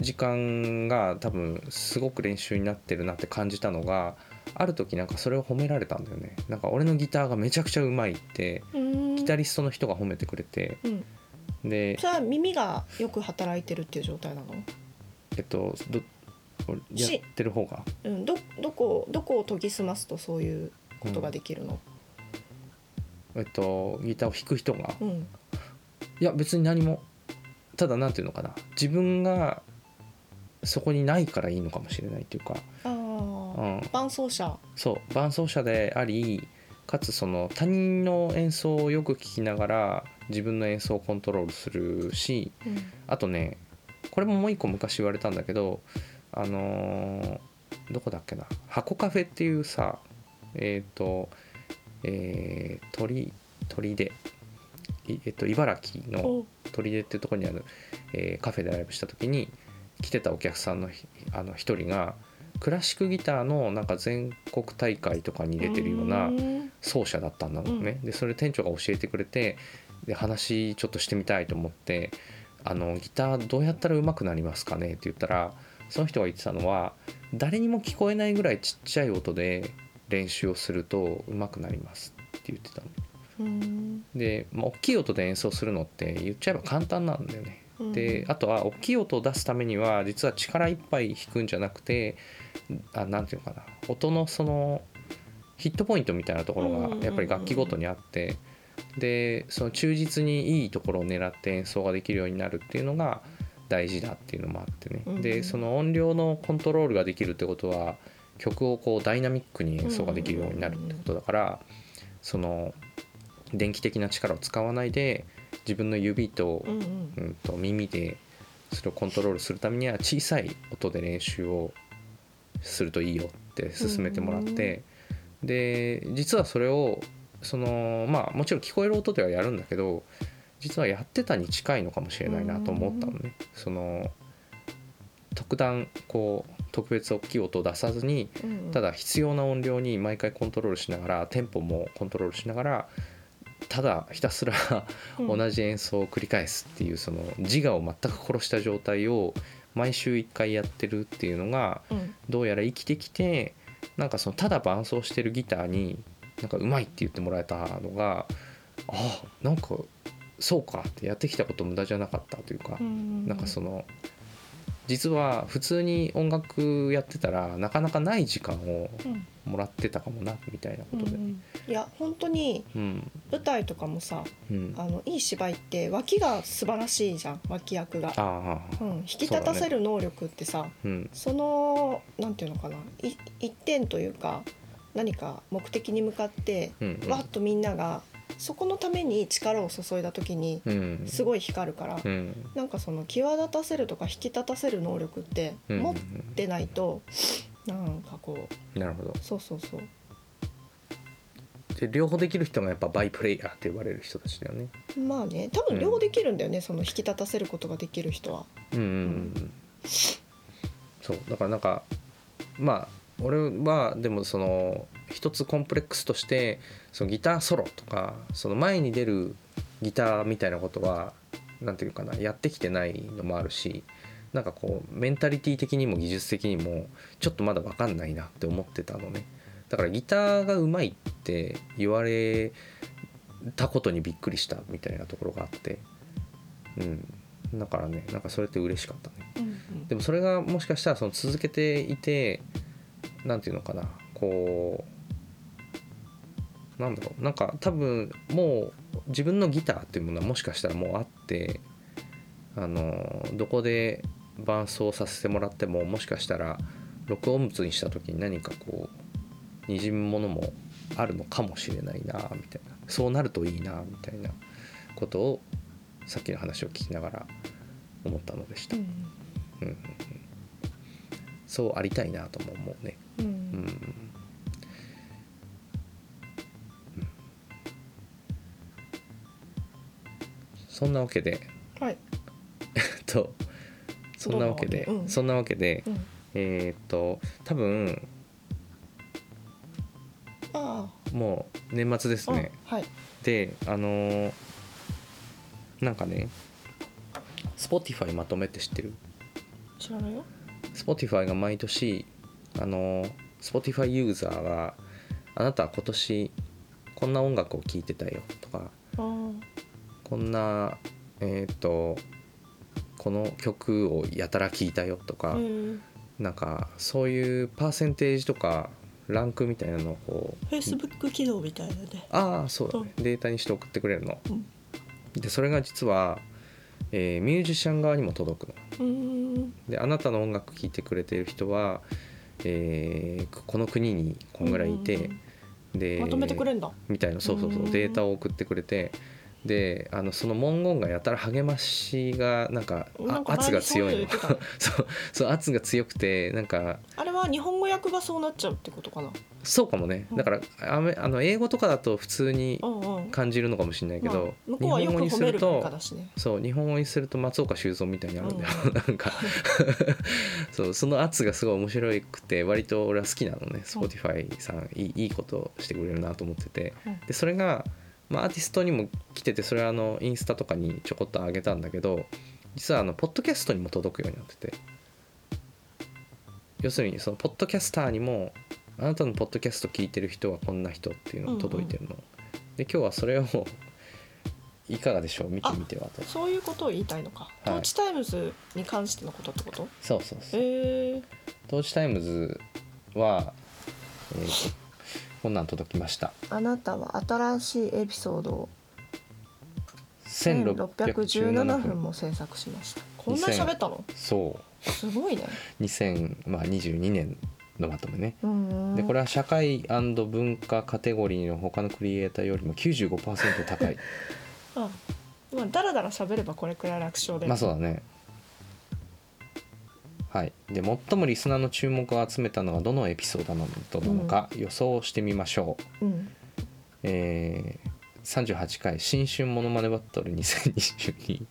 Speaker 2: 時間が多分すごく練習になってるなって感じたのがある時なんかそれを褒められたんだよねなんか俺のギターがめちゃくちゃうまいって
Speaker 3: うん
Speaker 2: ギタリストの人が褒めてくれて
Speaker 3: うん、
Speaker 2: で
Speaker 3: それは耳がよく働いてるっていう状態なの、
Speaker 2: えっとど俺や
Speaker 3: し
Speaker 2: ってる方が
Speaker 3: うん、どどこどこを研ぎ澄ますとそういうことができるの、
Speaker 2: えっとギターを弾く人が
Speaker 3: うん
Speaker 2: いや別に何もただ何ていうのかな自分がそこにないからいいのかもしれないっていうか、う
Speaker 3: あ
Speaker 2: ん
Speaker 3: あ、伴奏者
Speaker 2: そう伴奏者でありかつその他人の演奏をよく聞きながら自分の演奏をコントロールするし
Speaker 3: うん
Speaker 2: あとねこれももう一個昔言われたんだけどあのーどこだっけな箱カフェっていうさえっ、とえー、鳥鳥でいえっと茨城の
Speaker 3: お
Speaker 2: 鳥出っていうところにある、えーカフェでライブした時に来てたお客さんのひあの一人がクラシックギターのなんか全国大会とかに出てるような
Speaker 3: うん
Speaker 2: 奏者だったんだろうね、でそれ店長が教えてくれてで話ちょっとしてみたいと思って「あのギターどうやったら上手くなりますかね?」って言ったらその人が言ってたのは誰にも聞こえないぐらいちっちゃい音で練習をすると上手くなりますって言ってたの。
Speaker 3: うん
Speaker 2: で、まあ、大きい音で演奏するのって言っちゃえば簡単なんだよね。
Speaker 3: うん
Speaker 2: であとは大きい音を出すためには実は力いっぱい弾くんじゃなくてあなんていうのかな音のそのヒットポイントみたいなところがやっぱり楽器ごとにあってでその忠実にいいところを狙って演奏ができるようになるっていうのが大事だっていうのもあって
Speaker 3: うんう
Speaker 2: ね
Speaker 3: ん
Speaker 2: でその音量のコントロールができるってことは曲をこうダイナミックに演奏ができるようになるってことだからその電気的な力を使わないで自分の指と
Speaker 3: うんうん
Speaker 2: うんと耳でそれをコントロールするためには小さい音で練習をするといいよって勧めてもらって、で実はそれをそのまあもちろん聞こえる音ではやるんだけど実はやってたに近いのかもしれないなと思ったのね。その特段こう特別大きい音を出さずに
Speaker 3: うん
Speaker 2: ただ必要な音量に毎回コントロールしながらテンポもコントロールしながらただひたすら
Speaker 3: うん
Speaker 2: 同じ演奏を繰り返すっていうその自我を全く殺した状態を毎週1回やってるっていうのが
Speaker 3: うん
Speaker 2: どうやら生きてきてなんかそのただ伴奏してるギターになんかうまいって言ってもらえたのがあなんかそうかってやってきたこと無駄じゃなかったというか
Speaker 3: う。ん
Speaker 2: なんかその実は普通に音楽やってたらなかなかない時間を
Speaker 3: うん
Speaker 2: もらってたかもなみたいなこ
Speaker 3: う
Speaker 2: とで。うん
Speaker 3: んいや本当に
Speaker 2: うん
Speaker 3: 舞台とかもさあのいい芝居って脇が素晴らしいじゃん脇役が、
Speaker 2: ああ、
Speaker 3: うん、引き立たせる能力ってさ
Speaker 2: うん
Speaker 3: そのなんていうのかない一点というか何か目的に向かって
Speaker 2: うん
Speaker 3: わっとみんながそこのために力を注いだ時に
Speaker 2: うん
Speaker 3: すごい光るから
Speaker 2: うん
Speaker 3: なんかその際立たせるとか引き立たせる能力って
Speaker 2: うん
Speaker 3: 持ってないとなんかこう
Speaker 2: なるほど
Speaker 3: そうそうそう
Speaker 2: で両方できる人がやっぱバイプレイヤーって呼ばれる人たちだよね。
Speaker 3: まあね多分両方できるんだよね、その引き立たせることができる人は。
Speaker 2: うんうんうん、そうだからなんかまあ俺はでもその一つコンプレックスとしてそのギターソロとかその前に出るギターみたいなことはなんていうかなやってきてないのもあるしなんかこうメンタリティ的にも技術的にもちょっとまだ分かんないなって思ってたのねだからギターがうまいって言われたことにびっくりしたみたいなところがあってうんだからねなんかそれって嬉しかったね
Speaker 3: うん
Speaker 2: でもそれがもしかしたらその続けていて何て言うのかなこうなんだろうなんか多分もう自分のギターっていうものはもしかしたらもうあってあのどこで伴奏させてもらってももしかしたら録音物にした時に何かこうにじむものもあるのかもしれないなみたいなそうなるといいなみたいなことをさっきの話を聞きながら思ったのでした
Speaker 3: う。ん
Speaker 2: うんうんうんそうありたいなとも思うね。
Speaker 3: う
Speaker 2: うん
Speaker 3: ん
Speaker 2: そんなわけで、
Speaker 3: はい
Speaker 2: えっと、そんなわけで、
Speaker 3: どうもうん
Speaker 2: そんなわけで、
Speaker 3: うん
Speaker 2: えーっと多分
Speaker 3: あ
Speaker 2: もう年末です
Speaker 3: あ、
Speaker 2: ね。
Speaker 3: うんはい
Speaker 2: であのーなんかね Spotify まとめって知ってる
Speaker 3: 知らないよ
Speaker 2: Spotify が毎年あの Spotify ユーザーが「あなたは今年こんな音楽を聴いてたよ」とか
Speaker 3: あー
Speaker 2: 「こんなえっ、とこの曲をやたら聴いたよ」とか、
Speaker 3: うん
Speaker 2: なんかそういうパーセンテージとかランクみたいなのをこう
Speaker 3: フェイスブック起動みたいなね。
Speaker 2: ああそうだねデータにして送ってくれるの、
Speaker 3: うん
Speaker 2: でそれが実は、えーミュージシャン側にも届くの
Speaker 3: うーん。
Speaker 2: であなたの音楽聴いてくれてる人は、えーこの国にこんぐらいいて、
Speaker 3: うんうん
Speaker 2: で
Speaker 3: まとめてくれんだ。
Speaker 2: みたいなそうそうそううんデータを送ってくれてであのその文言がやたら励ましがなんかあ
Speaker 3: なんか
Speaker 2: 圧が強いの
Speaker 3: 前にそういうの言って
Speaker 2: そうそう圧が強くてなんか
Speaker 3: あれは日本語訳がそうなっちゃうってことかな。
Speaker 2: そうかもね
Speaker 3: うん
Speaker 2: だからあめあの英語とかだと普通に
Speaker 3: うんうん。
Speaker 2: 感じるのかもしれないけ
Speaker 3: まあ
Speaker 2: ど、
Speaker 3: 向こうは
Speaker 2: 日
Speaker 3: よ
Speaker 2: 本
Speaker 3: く
Speaker 2: 語に
Speaker 3: 褒
Speaker 2: す
Speaker 3: め
Speaker 2: る
Speaker 3: る文
Speaker 2: と
Speaker 3: 化だしね。
Speaker 2: そう日本語にすると松岡修造みたいになるんだよ、
Speaker 3: う
Speaker 2: なんかそうその圧がすごい面白くて割と俺は好きなのね Spotify さんいいいいことしてくれるなと思ってて
Speaker 3: うん
Speaker 2: でそれが、まあ、アーティストにも来ててそれはあのインスタとかにちょこっと上げたんだけど実はあのポッドキャストにも届くようになってて要するにそのポッドキャスターにもあなたのポッドキャスト聞いてる人はこんな人っていうのが届いてるの、で今日はそれをいかがでしょう見てみてはと
Speaker 3: そういうことを言いたいのか。
Speaker 2: い
Speaker 3: トーチタイムズに関してのことってこと？
Speaker 2: そうそうそう
Speaker 3: ええ。
Speaker 2: トーチタイムズは、えーこんなん届きました
Speaker 3: あなたは新しいエピソードを
Speaker 2: 1617分
Speaker 3: も制作しました。こんなに喋ったの？
Speaker 2: そう
Speaker 3: すごいね。
Speaker 2: 2022年のまとめね
Speaker 3: うんうん。
Speaker 2: でこれは社会文化カテゴリーの他のクリエイターよりも95%高い
Speaker 3: あ。まあだらだら喋ればこれくらい楽勝で。
Speaker 2: まあそうだねはい、で最もリスナーの注目を集めたのはどのエピソードなのか予想してみましょう、
Speaker 3: うん
Speaker 2: えー、38回「新春モノマネバトル2022」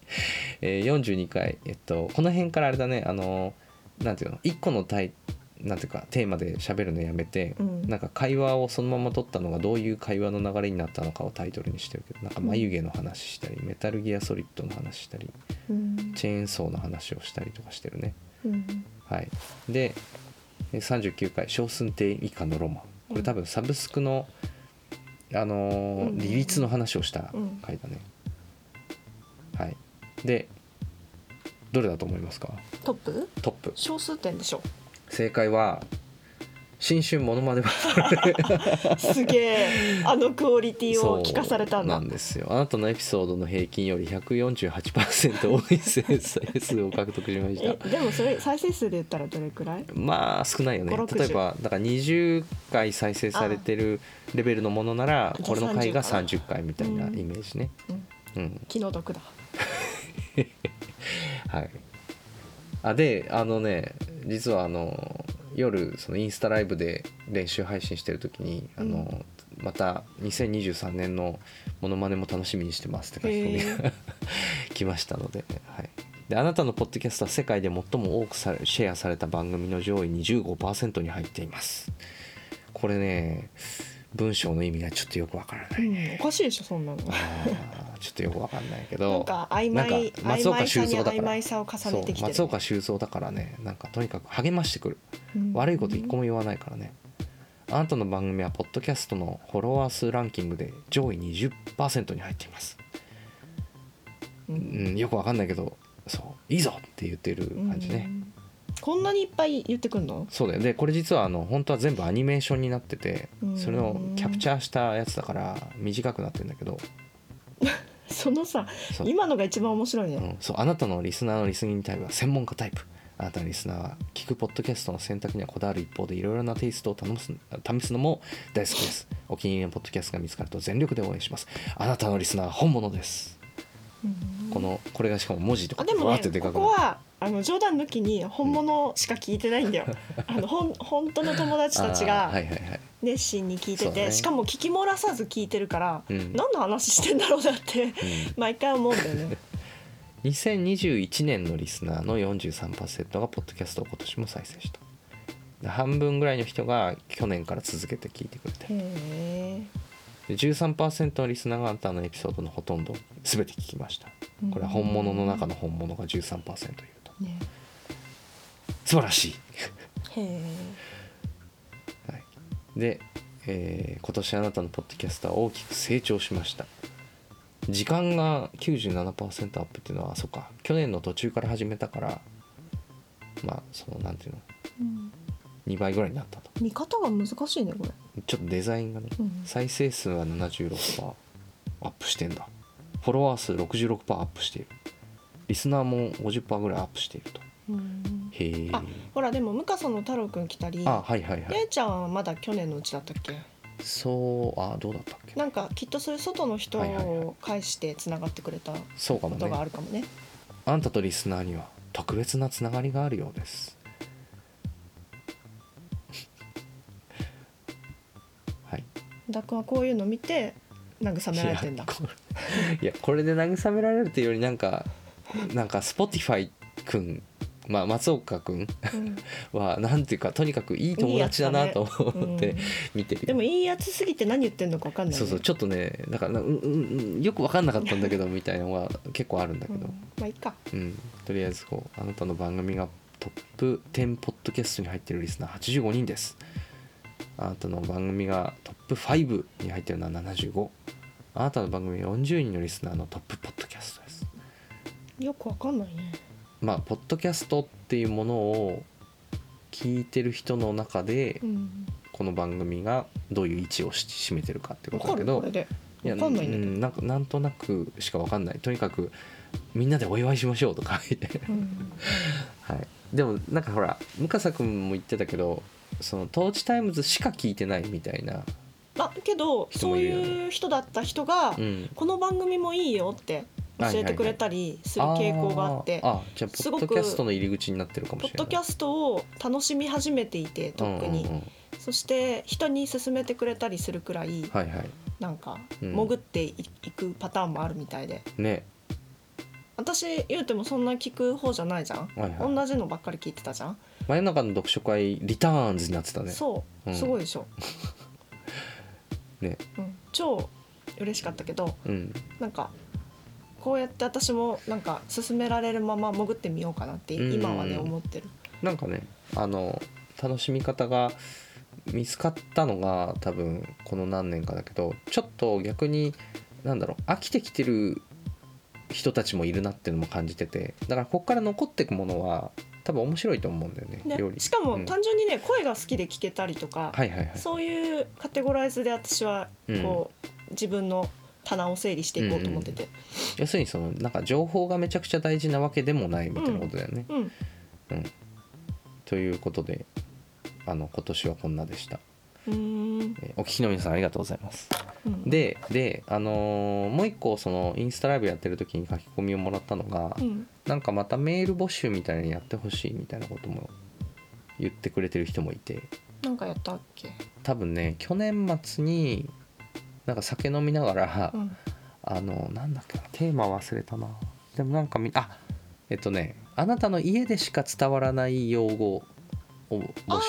Speaker 2: えー、42回、えっと、この辺からあれだねあのなんていうの1個のタイなんていうかテーマで喋るのやめて、
Speaker 3: うん
Speaker 2: なんか会話をそのまま取ったのがどういう会話の流れになったのかをタイトルにしてるけどなんか眉毛の話したり、メタルギアソリッドの話したり
Speaker 3: うん
Speaker 2: チェーンソーの話をしたりとかしてるね。
Speaker 3: うん
Speaker 2: はい、でえー39回「小寸定以下のロマン」これ多分サブスクの、あのー
Speaker 3: うん
Speaker 2: 利率の話をした
Speaker 3: うん
Speaker 2: 回だね、はいでどれだと思いますか
Speaker 3: トップ
Speaker 2: トップ
Speaker 3: 少数点でしょ
Speaker 2: 正解は新春モノマネ バトル
Speaker 3: すげえあのクオリティ
Speaker 2: そう
Speaker 3: を聞かされたん
Speaker 2: な
Speaker 3: だ
Speaker 2: んですよあなたのエピソードの平均より148%多い 生産数を獲得しまし
Speaker 3: え
Speaker 2: た
Speaker 3: でもそれ再生数で言ったらどれくらい
Speaker 2: まあ少ないよね
Speaker 3: 5 60
Speaker 2: 例えばだから20回再生されてるレベルのものなら
Speaker 3: あじゃあ
Speaker 2: これの回が
Speaker 3: 30
Speaker 2: 30回みたいな
Speaker 3: うん
Speaker 2: イメージね、
Speaker 3: うん
Speaker 2: うん
Speaker 3: 気の毒だ
Speaker 2: はいあであのね実はあの夜そのインスタライブで練習配信してる時にあの、また2023年のモノマネも楽しみにしてますって書き込みが 来ましたので,、はい、であなたのポッドキャストは世界で最も多くされシェアされた番組の上位25%に入っていますこれね文章の意味がちょっとよくわからな
Speaker 3: う
Speaker 2: い、
Speaker 3: んおかしいでしょそんなの
Speaker 2: あーちょっとよくわかんないけど
Speaker 3: なんか曖昧
Speaker 2: なんか松岡
Speaker 3: 曖昧さ
Speaker 2: 修
Speaker 3: に
Speaker 2: 造だから
Speaker 3: 曖昧さを重ねてきてる
Speaker 2: そう松岡修造だからねなんかとにかく励ましてくる
Speaker 3: うん
Speaker 2: 悪いこと一個も言わないからね、あなたの番組はポッドキャストのフォロワー数ランキングで上位20%に入っています、
Speaker 3: う
Speaker 2: うんん、よくわかんないけどそういいぞって言ってる感じね、
Speaker 3: うんこんなにいっぱい言ってくんの
Speaker 2: そうだよでこれ実はあの本当は全部アニメーションになってて
Speaker 3: うん
Speaker 2: それをキャプチャーしたやつだから短くなってるんだけど
Speaker 3: そのさ
Speaker 2: そう
Speaker 3: 今のが一番面白いうね
Speaker 2: ん、そうあなたのリスナーのリスニングタイプは専門家タイプあなたのリスナーは聞くポッドキャストの選択にはこだわる一方でいろいろなテイストを試す試すのも大好きですお気に入りのポッドキャストが見つかると全力で応援しますあなたのリスナーは本物です
Speaker 3: うん
Speaker 2: このこれがしかも文字とか
Speaker 3: あでも
Speaker 2: わー
Speaker 3: ね
Speaker 2: ってでか
Speaker 3: こ
Speaker 2: くな
Speaker 3: こ
Speaker 2: る
Speaker 3: はあの冗談抜きに本物しか聞いてないんだよあのほん本当の友達たち
Speaker 2: あーは
Speaker 3: が
Speaker 2: いはいはい
Speaker 3: 熱心に聞いて
Speaker 2: そうだ
Speaker 3: て、
Speaker 2: ね
Speaker 3: しかも聞き漏らさず聞いてるから、
Speaker 2: うん
Speaker 3: 何の話してんだろうだって
Speaker 2: うん
Speaker 3: 毎回思うんだよ ね
Speaker 2: 2021年のリスナーの43%がポッドキャストを今年も再生したで半分ぐらいの人が去年から続けて聞いてくれてる
Speaker 3: へ
Speaker 2: で13%のリスナーがあなたのエピソードのほとんど全て聞きました
Speaker 3: え
Speaker 2: これは本物の中の本物が13%いると
Speaker 3: ね
Speaker 2: 素晴らし
Speaker 3: へえ
Speaker 2: い、はい、で、えー今年あなたのポッドキャストは大きく成長しました時間が97%アップっていうのはそうか去年の途中から始めたからまあそのなんていうの
Speaker 3: うん
Speaker 2: 2倍ぐらいになったと
Speaker 3: 見方が難しいねこれ、
Speaker 2: ちょっとデザインがね
Speaker 3: うん
Speaker 2: 再生数は76%アップしてんだフォロワー数66%アップしているリスナーも50%ぐらいアップしていると
Speaker 3: うん
Speaker 2: へえ
Speaker 3: あほらでも向笠の太郎くん来たり
Speaker 2: あはいはいはい
Speaker 3: 八重ちゃんはまだ去年のうちだったっけ
Speaker 2: そうあどうだったっけ
Speaker 3: なんかきっとそういう外の人
Speaker 2: はいはいはい
Speaker 3: を介してつながってくれたこ
Speaker 2: そうかも
Speaker 3: とがあ
Speaker 2: ね
Speaker 3: るかもね。
Speaker 2: あんたとリスナーには特別なつながりがあるようです はい
Speaker 3: ダくんはこういうの見て慰められてんだ
Speaker 2: いや。こいやこれ で慰められるというよりなんかなんか Spotify くんまあ松岡くん
Speaker 3: うん
Speaker 2: はなんていうかとにかくいい友達だなと思っ
Speaker 3: う
Speaker 2: て
Speaker 3: ん
Speaker 2: 見てるよ
Speaker 3: でもいいやつすぎて何言ってんのか分かんない
Speaker 2: そ
Speaker 3: ね。
Speaker 2: うそうちょっとねだからなうんうんうんよく分かんなかったんだけどみたいなのは結構あるんだけ
Speaker 3: うん
Speaker 2: ど、
Speaker 3: まあいいか。
Speaker 2: うん、とりあえずこうあなたの番組がトップ10ポッドキャストに入ってるリスナー85人ですあなたの番組がトップ5に入ってるのは75あなたの番組は40人のリスナーのトップポッドキャストです
Speaker 3: よく分かんないね。
Speaker 2: まあポッドキャストっていうものを聞いてる人の中で
Speaker 3: うん。
Speaker 2: この番組がどういう位置をし占めてるかってこ
Speaker 3: 分
Speaker 2: と
Speaker 3: か
Speaker 2: だけ
Speaker 3: る
Speaker 2: ど
Speaker 3: これで。
Speaker 2: いや
Speaker 3: 分かんないんだけ
Speaker 2: う
Speaker 3: ど。
Speaker 2: んなんかなんとなくしか分かんないとにかくみんなでお祝いしましょうとか言って
Speaker 3: うん
Speaker 2: はい、でもなんかほら向笠君も言ってたけどそのトーチタイムズしか聞いてないみたいな、
Speaker 3: まあけど
Speaker 2: 人
Speaker 3: そ
Speaker 2: も
Speaker 3: う
Speaker 2: いるよね
Speaker 3: いう人だった人が
Speaker 2: うん、
Speaker 3: この番組もいいよって教えてくれたりする傾向があって、
Speaker 2: ーあじゃあ
Speaker 3: す
Speaker 2: ポ
Speaker 3: ご
Speaker 2: ッ
Speaker 3: く
Speaker 2: ドキャストの入り口になってるかもし
Speaker 3: ポ
Speaker 2: れ
Speaker 3: ッ
Speaker 2: ない
Speaker 3: ドキャストを楽しみ始めていて特に、
Speaker 2: うんうんうん
Speaker 3: そして人に勧めてくれたりするくらい、
Speaker 2: はいはい
Speaker 3: なんか
Speaker 2: うん
Speaker 3: 潜っていいくパターンもあるみたいで
Speaker 2: ね
Speaker 3: 私言うてもそんな聞く方じゃないじゃん、
Speaker 2: はいはい
Speaker 3: 同じのばっかり聞いてたじゃん、
Speaker 2: 真夜中の読書会リターンズになってたね
Speaker 3: そう、
Speaker 2: うん
Speaker 3: すごいでしょ
Speaker 2: ね
Speaker 3: うん、超嬉しかったけど
Speaker 2: うん
Speaker 3: なんかこうやって私もなんか勧められるまま潜ってみようかなって
Speaker 2: うんうんうん
Speaker 3: 今はね思ってる、
Speaker 2: なんかねあの楽しみ方が見つかったのが多分この何年かだけどちょっと逆になんだろう飽きてきてる人たちもいるなっていうのも感じててだからここから残っていくものは多分面白いと思うんだよね料
Speaker 3: ね、
Speaker 2: 理
Speaker 3: しか
Speaker 2: う
Speaker 3: も
Speaker 2: ん
Speaker 3: 単純にね、声が好きで聞けたりとか、
Speaker 2: はいはいはい
Speaker 3: そういうカテゴライズで私はこう、自分の棚を整理していこうと思ってて、
Speaker 2: 要するにそのなんか情報がめちゃくちゃ大事なわけでもないみたいなことだよね、
Speaker 3: うん、
Speaker 2: ということであの今年はこんなでした、
Speaker 3: うーん
Speaker 2: えーお聞きの皆さんありがとうございます
Speaker 3: うん、
Speaker 2: でで、あのーもう一個そのインスタライブやってる時に書き込みをもらったのが、
Speaker 3: うん、
Speaker 2: なんかまたメール募集みたいなのやってほしいみたいなことも言ってくれてる人もいて
Speaker 3: なんかやったっけ、
Speaker 2: 多分ね去年末になんか酒飲みながら、
Speaker 3: うん、
Speaker 2: あのなんだっけなテーマ忘れたなでもなんかみあえっとねあなたの家でしか伝わらない用語を募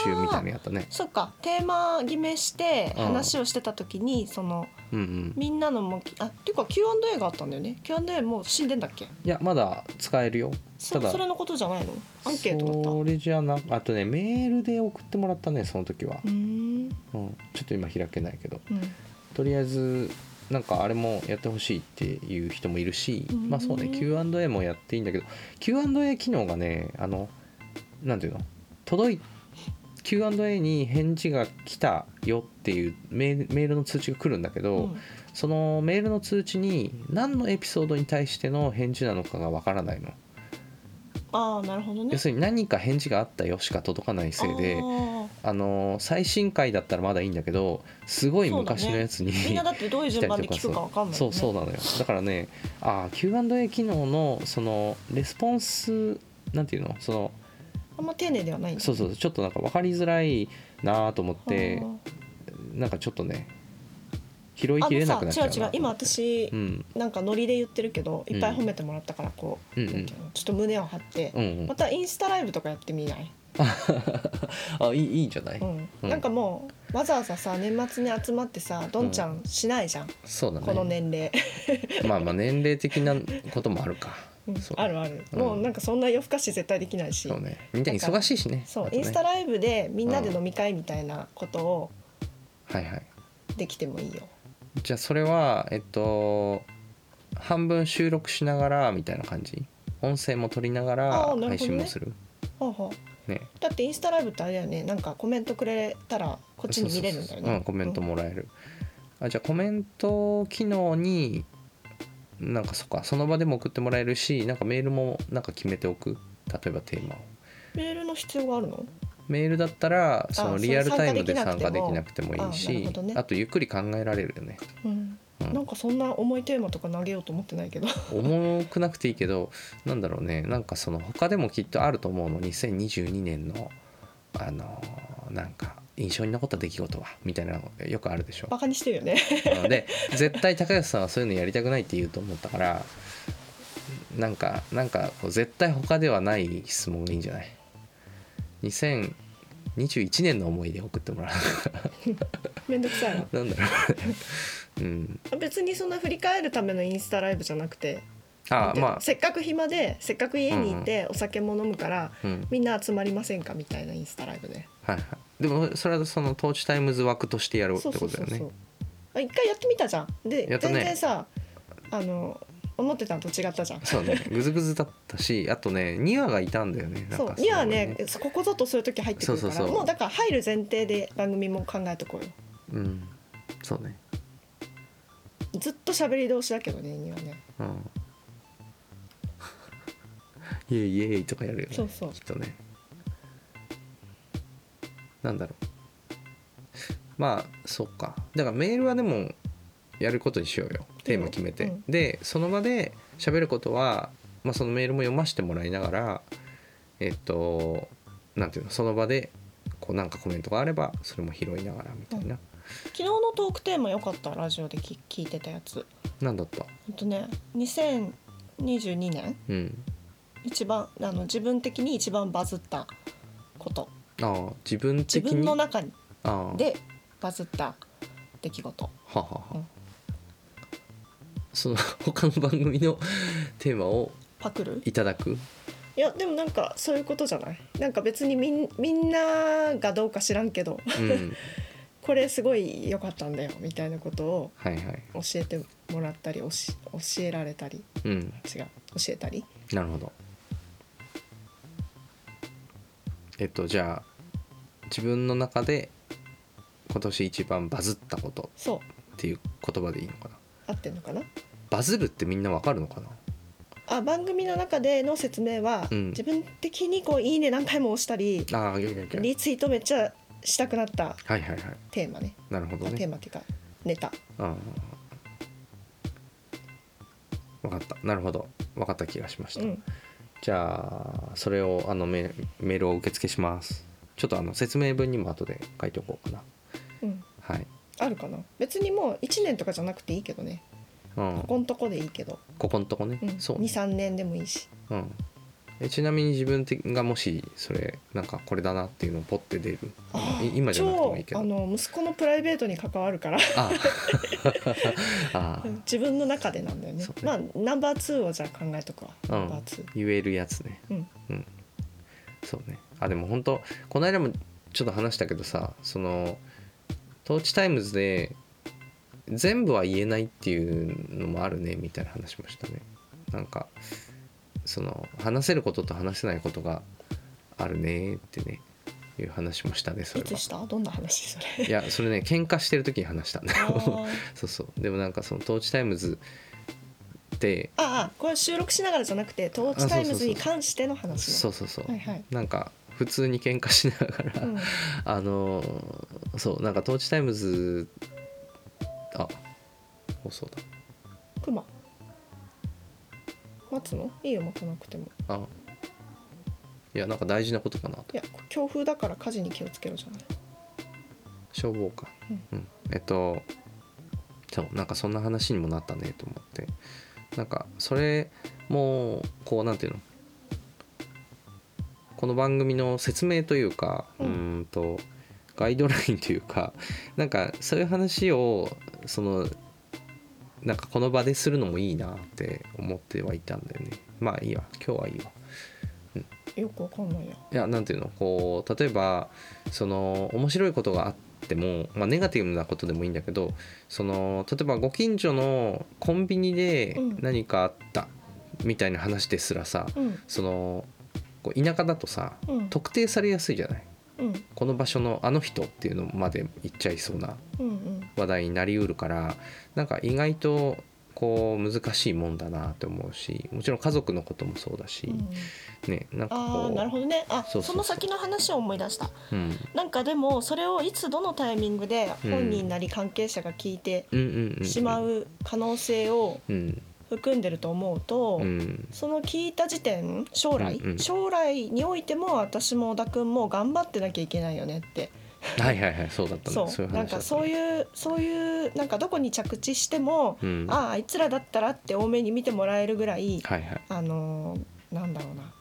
Speaker 2: 集みたいなのやったね
Speaker 3: そっかテーマ決めして
Speaker 2: うん
Speaker 3: 話をしてた時に、その
Speaker 2: うんうん
Speaker 3: みんなのもきあっていうか Q&A があったんだよね Q&A もう死んでんだっけ
Speaker 2: いやまだ使えるよ
Speaker 3: そ
Speaker 2: ただ
Speaker 3: それのことじゃないのアンケートだった
Speaker 2: そうれじゃなあとねメールで送ってもらったねその時は、
Speaker 3: ーん
Speaker 2: うん、ちょっと今開けないけど
Speaker 3: うん
Speaker 2: とりあえずなんかあれもやってほしいっていう人もいるし、
Speaker 3: うん
Speaker 2: まあそうね Q&A もやっていいんだけど Q&A 機能がねあのなんていうの届い Q&A に返事が来たよっていうメールメールの通知が来るんだけど、
Speaker 3: うん
Speaker 2: そのメールの通知に何のエピソードに対しての返事なのかがわからないの、
Speaker 3: ああなるほどね
Speaker 2: 要するに何か返事があったよしか届かないせいで
Speaker 3: あー
Speaker 2: あの最新回だったらまだいいんだけどすごい昔のやつに
Speaker 3: みんなだってどういう順番
Speaker 2: 来
Speaker 3: で
Speaker 2: たり
Speaker 3: 聞
Speaker 2: と
Speaker 3: くかわかんない、ね、
Speaker 2: そうそうなのよだからねあー Q&A 機能のそのレスポンスなんていうのその
Speaker 3: あんま丁寧ではないんだ
Speaker 2: そうそうちょっとなんか分かりづらいなと思っ
Speaker 3: あー
Speaker 2: てなんかちょっとね拾い
Speaker 3: あ
Speaker 2: きれなくな
Speaker 3: の
Speaker 2: っちゃ
Speaker 3: さ
Speaker 2: う
Speaker 3: 違う違う今私
Speaker 2: うん
Speaker 3: なんかノリで言ってるけどいっぱい褒めてもらったからこう,、
Speaker 2: うんうん
Speaker 3: なんていうのちょっと胸を張って、
Speaker 2: うんうん
Speaker 3: またインスタライブとかやってみない、
Speaker 2: あいいいいんじゃない、
Speaker 3: うん
Speaker 2: うん
Speaker 3: なんかもうわざわざさ年末に集まってさどんちゃんしないじゃん、
Speaker 2: そうだね
Speaker 3: この年齢、
Speaker 2: まあまあ年齢的なこともあるか
Speaker 3: うん
Speaker 2: そう
Speaker 3: あるある、
Speaker 2: うん
Speaker 3: もうなんかそんな夜更かし絶対できないし
Speaker 2: そうねみんな忙しいしね
Speaker 3: そう
Speaker 2: あとね
Speaker 3: インスタライブでみんなで飲み会みたいなことを
Speaker 2: はいはい
Speaker 3: できてもいいよ、
Speaker 2: じゃあそれはえっと半分収録しながらみたいな感じ音声も取りなが
Speaker 3: あ
Speaker 2: ら
Speaker 3: ーなるほどね
Speaker 2: 配信もする
Speaker 3: ほうほ
Speaker 2: ね
Speaker 3: うだってインスタライブってあれだよねなんかコメントくれたらこっちに見れるんだ
Speaker 2: そうそうそ
Speaker 3: よ
Speaker 2: うう
Speaker 3: ね
Speaker 2: んコメントもらえる、あじゃあコメント機能になんかそっかその場でも送ってもらえるしなんかメールもなんか決めておく例えばテーマを
Speaker 3: メールの必要があるの
Speaker 2: メールだったらその
Speaker 3: あ
Speaker 2: リアルタイムで
Speaker 3: それ
Speaker 2: 参
Speaker 3: 参
Speaker 2: 加
Speaker 3: 加
Speaker 2: で
Speaker 3: で
Speaker 2: き
Speaker 3: き
Speaker 2: な
Speaker 3: な
Speaker 2: く
Speaker 3: く
Speaker 2: てもいい
Speaker 3: あなる
Speaker 2: し
Speaker 3: ほどね
Speaker 2: あとゆっくり考えられるよね
Speaker 3: うん
Speaker 2: うん
Speaker 3: なんかそんな重いテーマとか投げようと思ってないけど
Speaker 2: 重くなくていいけどなんだろうねなんかその他でもきっとあると思うの2022年のあのーなんか印象に残った出来事はみたいなのよくあるでしょ
Speaker 3: バカにしてるよね
Speaker 2: うんで絶対高安さんはそういうのやりたくないって言うと思ったからなんかなんかこう絶対他ではない質問がいいんじゃない ?2021 年の思い出送ってもら
Speaker 3: めんどくさいな
Speaker 2: う なんだろううん
Speaker 3: 別にそんな振り返るためのインスタライブじゃなくてな
Speaker 2: あ
Speaker 3: んていうの
Speaker 2: ま
Speaker 3: せっかく暇でせっかく家にいてお酒も飲むから、
Speaker 2: あうん
Speaker 3: みんな集まりませんかみたいなインスタライブで
Speaker 2: はいはいでもそれはそのトーチタイムズ枠としてやろうって
Speaker 3: そうそ
Speaker 2: こ
Speaker 3: う
Speaker 2: とだ
Speaker 3: そ
Speaker 2: よ
Speaker 3: うそ
Speaker 2: ね
Speaker 3: うあ一回やってみたじゃんで、
Speaker 2: やった
Speaker 3: 全
Speaker 2: ね
Speaker 3: 然さあの思ってたのと違ったじ ゃん
Speaker 2: そうねグズグズだったしあとね2話がいたんだよねなん
Speaker 3: そう
Speaker 2: かすごい
Speaker 3: いやねここぞとそういう時入ってくるか
Speaker 2: そ
Speaker 3: ら
Speaker 2: うそうそう
Speaker 3: もうだから入る前提で番組も考えとこうよ
Speaker 2: うんそうね
Speaker 3: ずっと喋り同士だけどねにはね
Speaker 2: うん イエイイエイとかやるよね
Speaker 3: そうそう
Speaker 2: きっとねなんだろうまあそっかだからメールはでもやることにしようよテーマ決めて、
Speaker 3: うん
Speaker 2: でその場で喋ることは、まあ、そのメールも読ませてもらいながらえっとなんていうのその場でこうなんかコメントがあればそれも拾いながらみたいな、
Speaker 3: 昨日のトークテーマ良かったラジオでき聞いてたやつ
Speaker 2: なんだった
Speaker 3: ほんとね2022年
Speaker 2: うん
Speaker 3: 一番あの自分的に一番バズったこと
Speaker 2: ああ自分
Speaker 3: 自
Speaker 2: 的に
Speaker 3: 分の中に
Speaker 2: ああ
Speaker 3: でバズった出来事
Speaker 2: はは
Speaker 3: う
Speaker 2: は
Speaker 3: ん
Speaker 2: その他の番組の テーマを
Speaker 3: パクる
Speaker 2: いただく
Speaker 3: いやでもなんかそういうことじゃないなんか別にみんみんながどうか知らんけど
Speaker 2: うん
Speaker 3: これすごい良かったんだよみたいなことを
Speaker 2: はいはい
Speaker 3: 教えてもらったりおし教えられたり
Speaker 2: うん
Speaker 3: 違う教えたり
Speaker 2: なるほどえっとじゃあ自分の中で今年一番バズったこと
Speaker 3: そう
Speaker 2: っていう言葉でいいのかな
Speaker 3: 合ってんのかな
Speaker 2: バズるってみんなわかるのかな
Speaker 3: あ番組の中での説明は、
Speaker 2: うん
Speaker 3: 自分的にこう「いいね」何回も押したり
Speaker 2: ああいやいやいや
Speaker 3: リツイートめっちゃしたくなった
Speaker 2: はいはいはい
Speaker 3: テーマね
Speaker 2: なるほど
Speaker 3: あテー
Speaker 2: ね
Speaker 3: マっていうかネタ
Speaker 2: ああわかったなるほどわかった気がしました、
Speaker 3: うん
Speaker 2: じゃあそれをあのメメールを受付しますちょっとあの説明文にも後で書いておこうかな
Speaker 3: うん
Speaker 2: はい、
Speaker 3: あるかな別にもう1年とかじゃなくていいけどね
Speaker 2: うん
Speaker 3: こ、こんとこでいいけど、
Speaker 2: ここのとこね、
Speaker 3: うん、
Speaker 2: そうね
Speaker 3: 23年でもいいし
Speaker 2: うん、えちなみに自分的がもしそれなんかこれだなっていうのをポッて出る
Speaker 3: あー
Speaker 2: い今じゃなくてもいいけど
Speaker 3: 超あの息子のプライベートに関わ るから
Speaker 2: あ あー
Speaker 3: 自分の中でなんだよね
Speaker 2: そうね
Speaker 3: まあナンバー2をじゃあ考えとくわ、
Speaker 2: う
Speaker 3: ナンバ
Speaker 2: ん
Speaker 3: ー2、
Speaker 2: 言えるやつね
Speaker 3: うん
Speaker 2: うん、そうねあでも本当この間もちょっと話したけどさその「トーチタイムズ」で全部は言えないっていうのもあるねみたいな話もしたねなんかその話せることと話せないことがあるねってねいう話もしたねそ
Speaker 3: い
Speaker 2: れは
Speaker 3: つしたどんな話そ れ
Speaker 2: いやそれね喧嘩してる時に話したんだ
Speaker 3: あ
Speaker 2: よ
Speaker 3: ー
Speaker 2: そうそうでもなんかその「トーチタイムズ」って
Speaker 3: ああこれ収録しながらじゃなくてトーチタイムズに関しての話ね
Speaker 2: そうそうそう、
Speaker 3: はいはい、
Speaker 2: なんか普通に喧嘩しながら、
Speaker 3: うん、
Speaker 2: あのーそうなんか「トーチタイムズ」あ放送だ
Speaker 3: クマ待つのいいよ待たなくても
Speaker 2: あいやなんか大事なことかなと
Speaker 3: いや強風だから火事に気をつけろじゃない
Speaker 2: 消防官、うんえっとそうなんかそんな話にもなったねと思ってなんかそれもこうなんていうのこの番組の説明というか、う
Speaker 3: うん
Speaker 2: んとガイドラインというかなんかそういう話をそのなんかこの場でするのもいいなって思ってはいたんだよねまあいいわ今日はいいわ
Speaker 3: よくわかんないや
Speaker 2: いやなんていうのこう例えばその面白いことがあっても、まあ、ネガティブなことでもいいんだけどその例えばご近所のコンビニで
Speaker 3: うん
Speaker 2: 何かあったみたいな話ですらさ、
Speaker 3: うん
Speaker 2: そのこう田舎だとさ
Speaker 3: うん
Speaker 2: 特定されやすいじゃない
Speaker 3: うん
Speaker 2: この場所のあの人っていうのまで行っちゃいそうな
Speaker 3: うんうん
Speaker 2: 話題になりうるからなんか意外とこう難しいもんだなって思うしもちろん家族のこともそうだし、
Speaker 3: うん
Speaker 2: ねなんか
Speaker 3: あ
Speaker 2: こ
Speaker 3: あなる
Speaker 2: う
Speaker 3: ほどねあ
Speaker 2: そうそうそう
Speaker 3: その先の話を思い出した
Speaker 2: うん
Speaker 3: なんかでもそれをいつどのタイミングで
Speaker 2: うん
Speaker 3: 本人なり関係者が聞いて
Speaker 2: うんうんうんうん
Speaker 3: しまう可能性を
Speaker 2: うん
Speaker 3: 含んでると思うと、
Speaker 2: うん
Speaker 3: その聞いた時点将来、
Speaker 2: うんうん
Speaker 3: 将来においても私も小田君も頑張ってなきゃいけないよねって
Speaker 2: はいはいはいそうだったね
Speaker 3: そ
Speaker 2: いう
Speaker 3: う
Speaker 2: 話
Speaker 3: なんかそう
Speaker 2: う
Speaker 3: いうそういうなんかどこに着地しても、
Speaker 2: うん
Speaker 3: あああいつらだったらって多めに見てもらえるぐらい
Speaker 2: はいはい
Speaker 3: あのーなんだろうな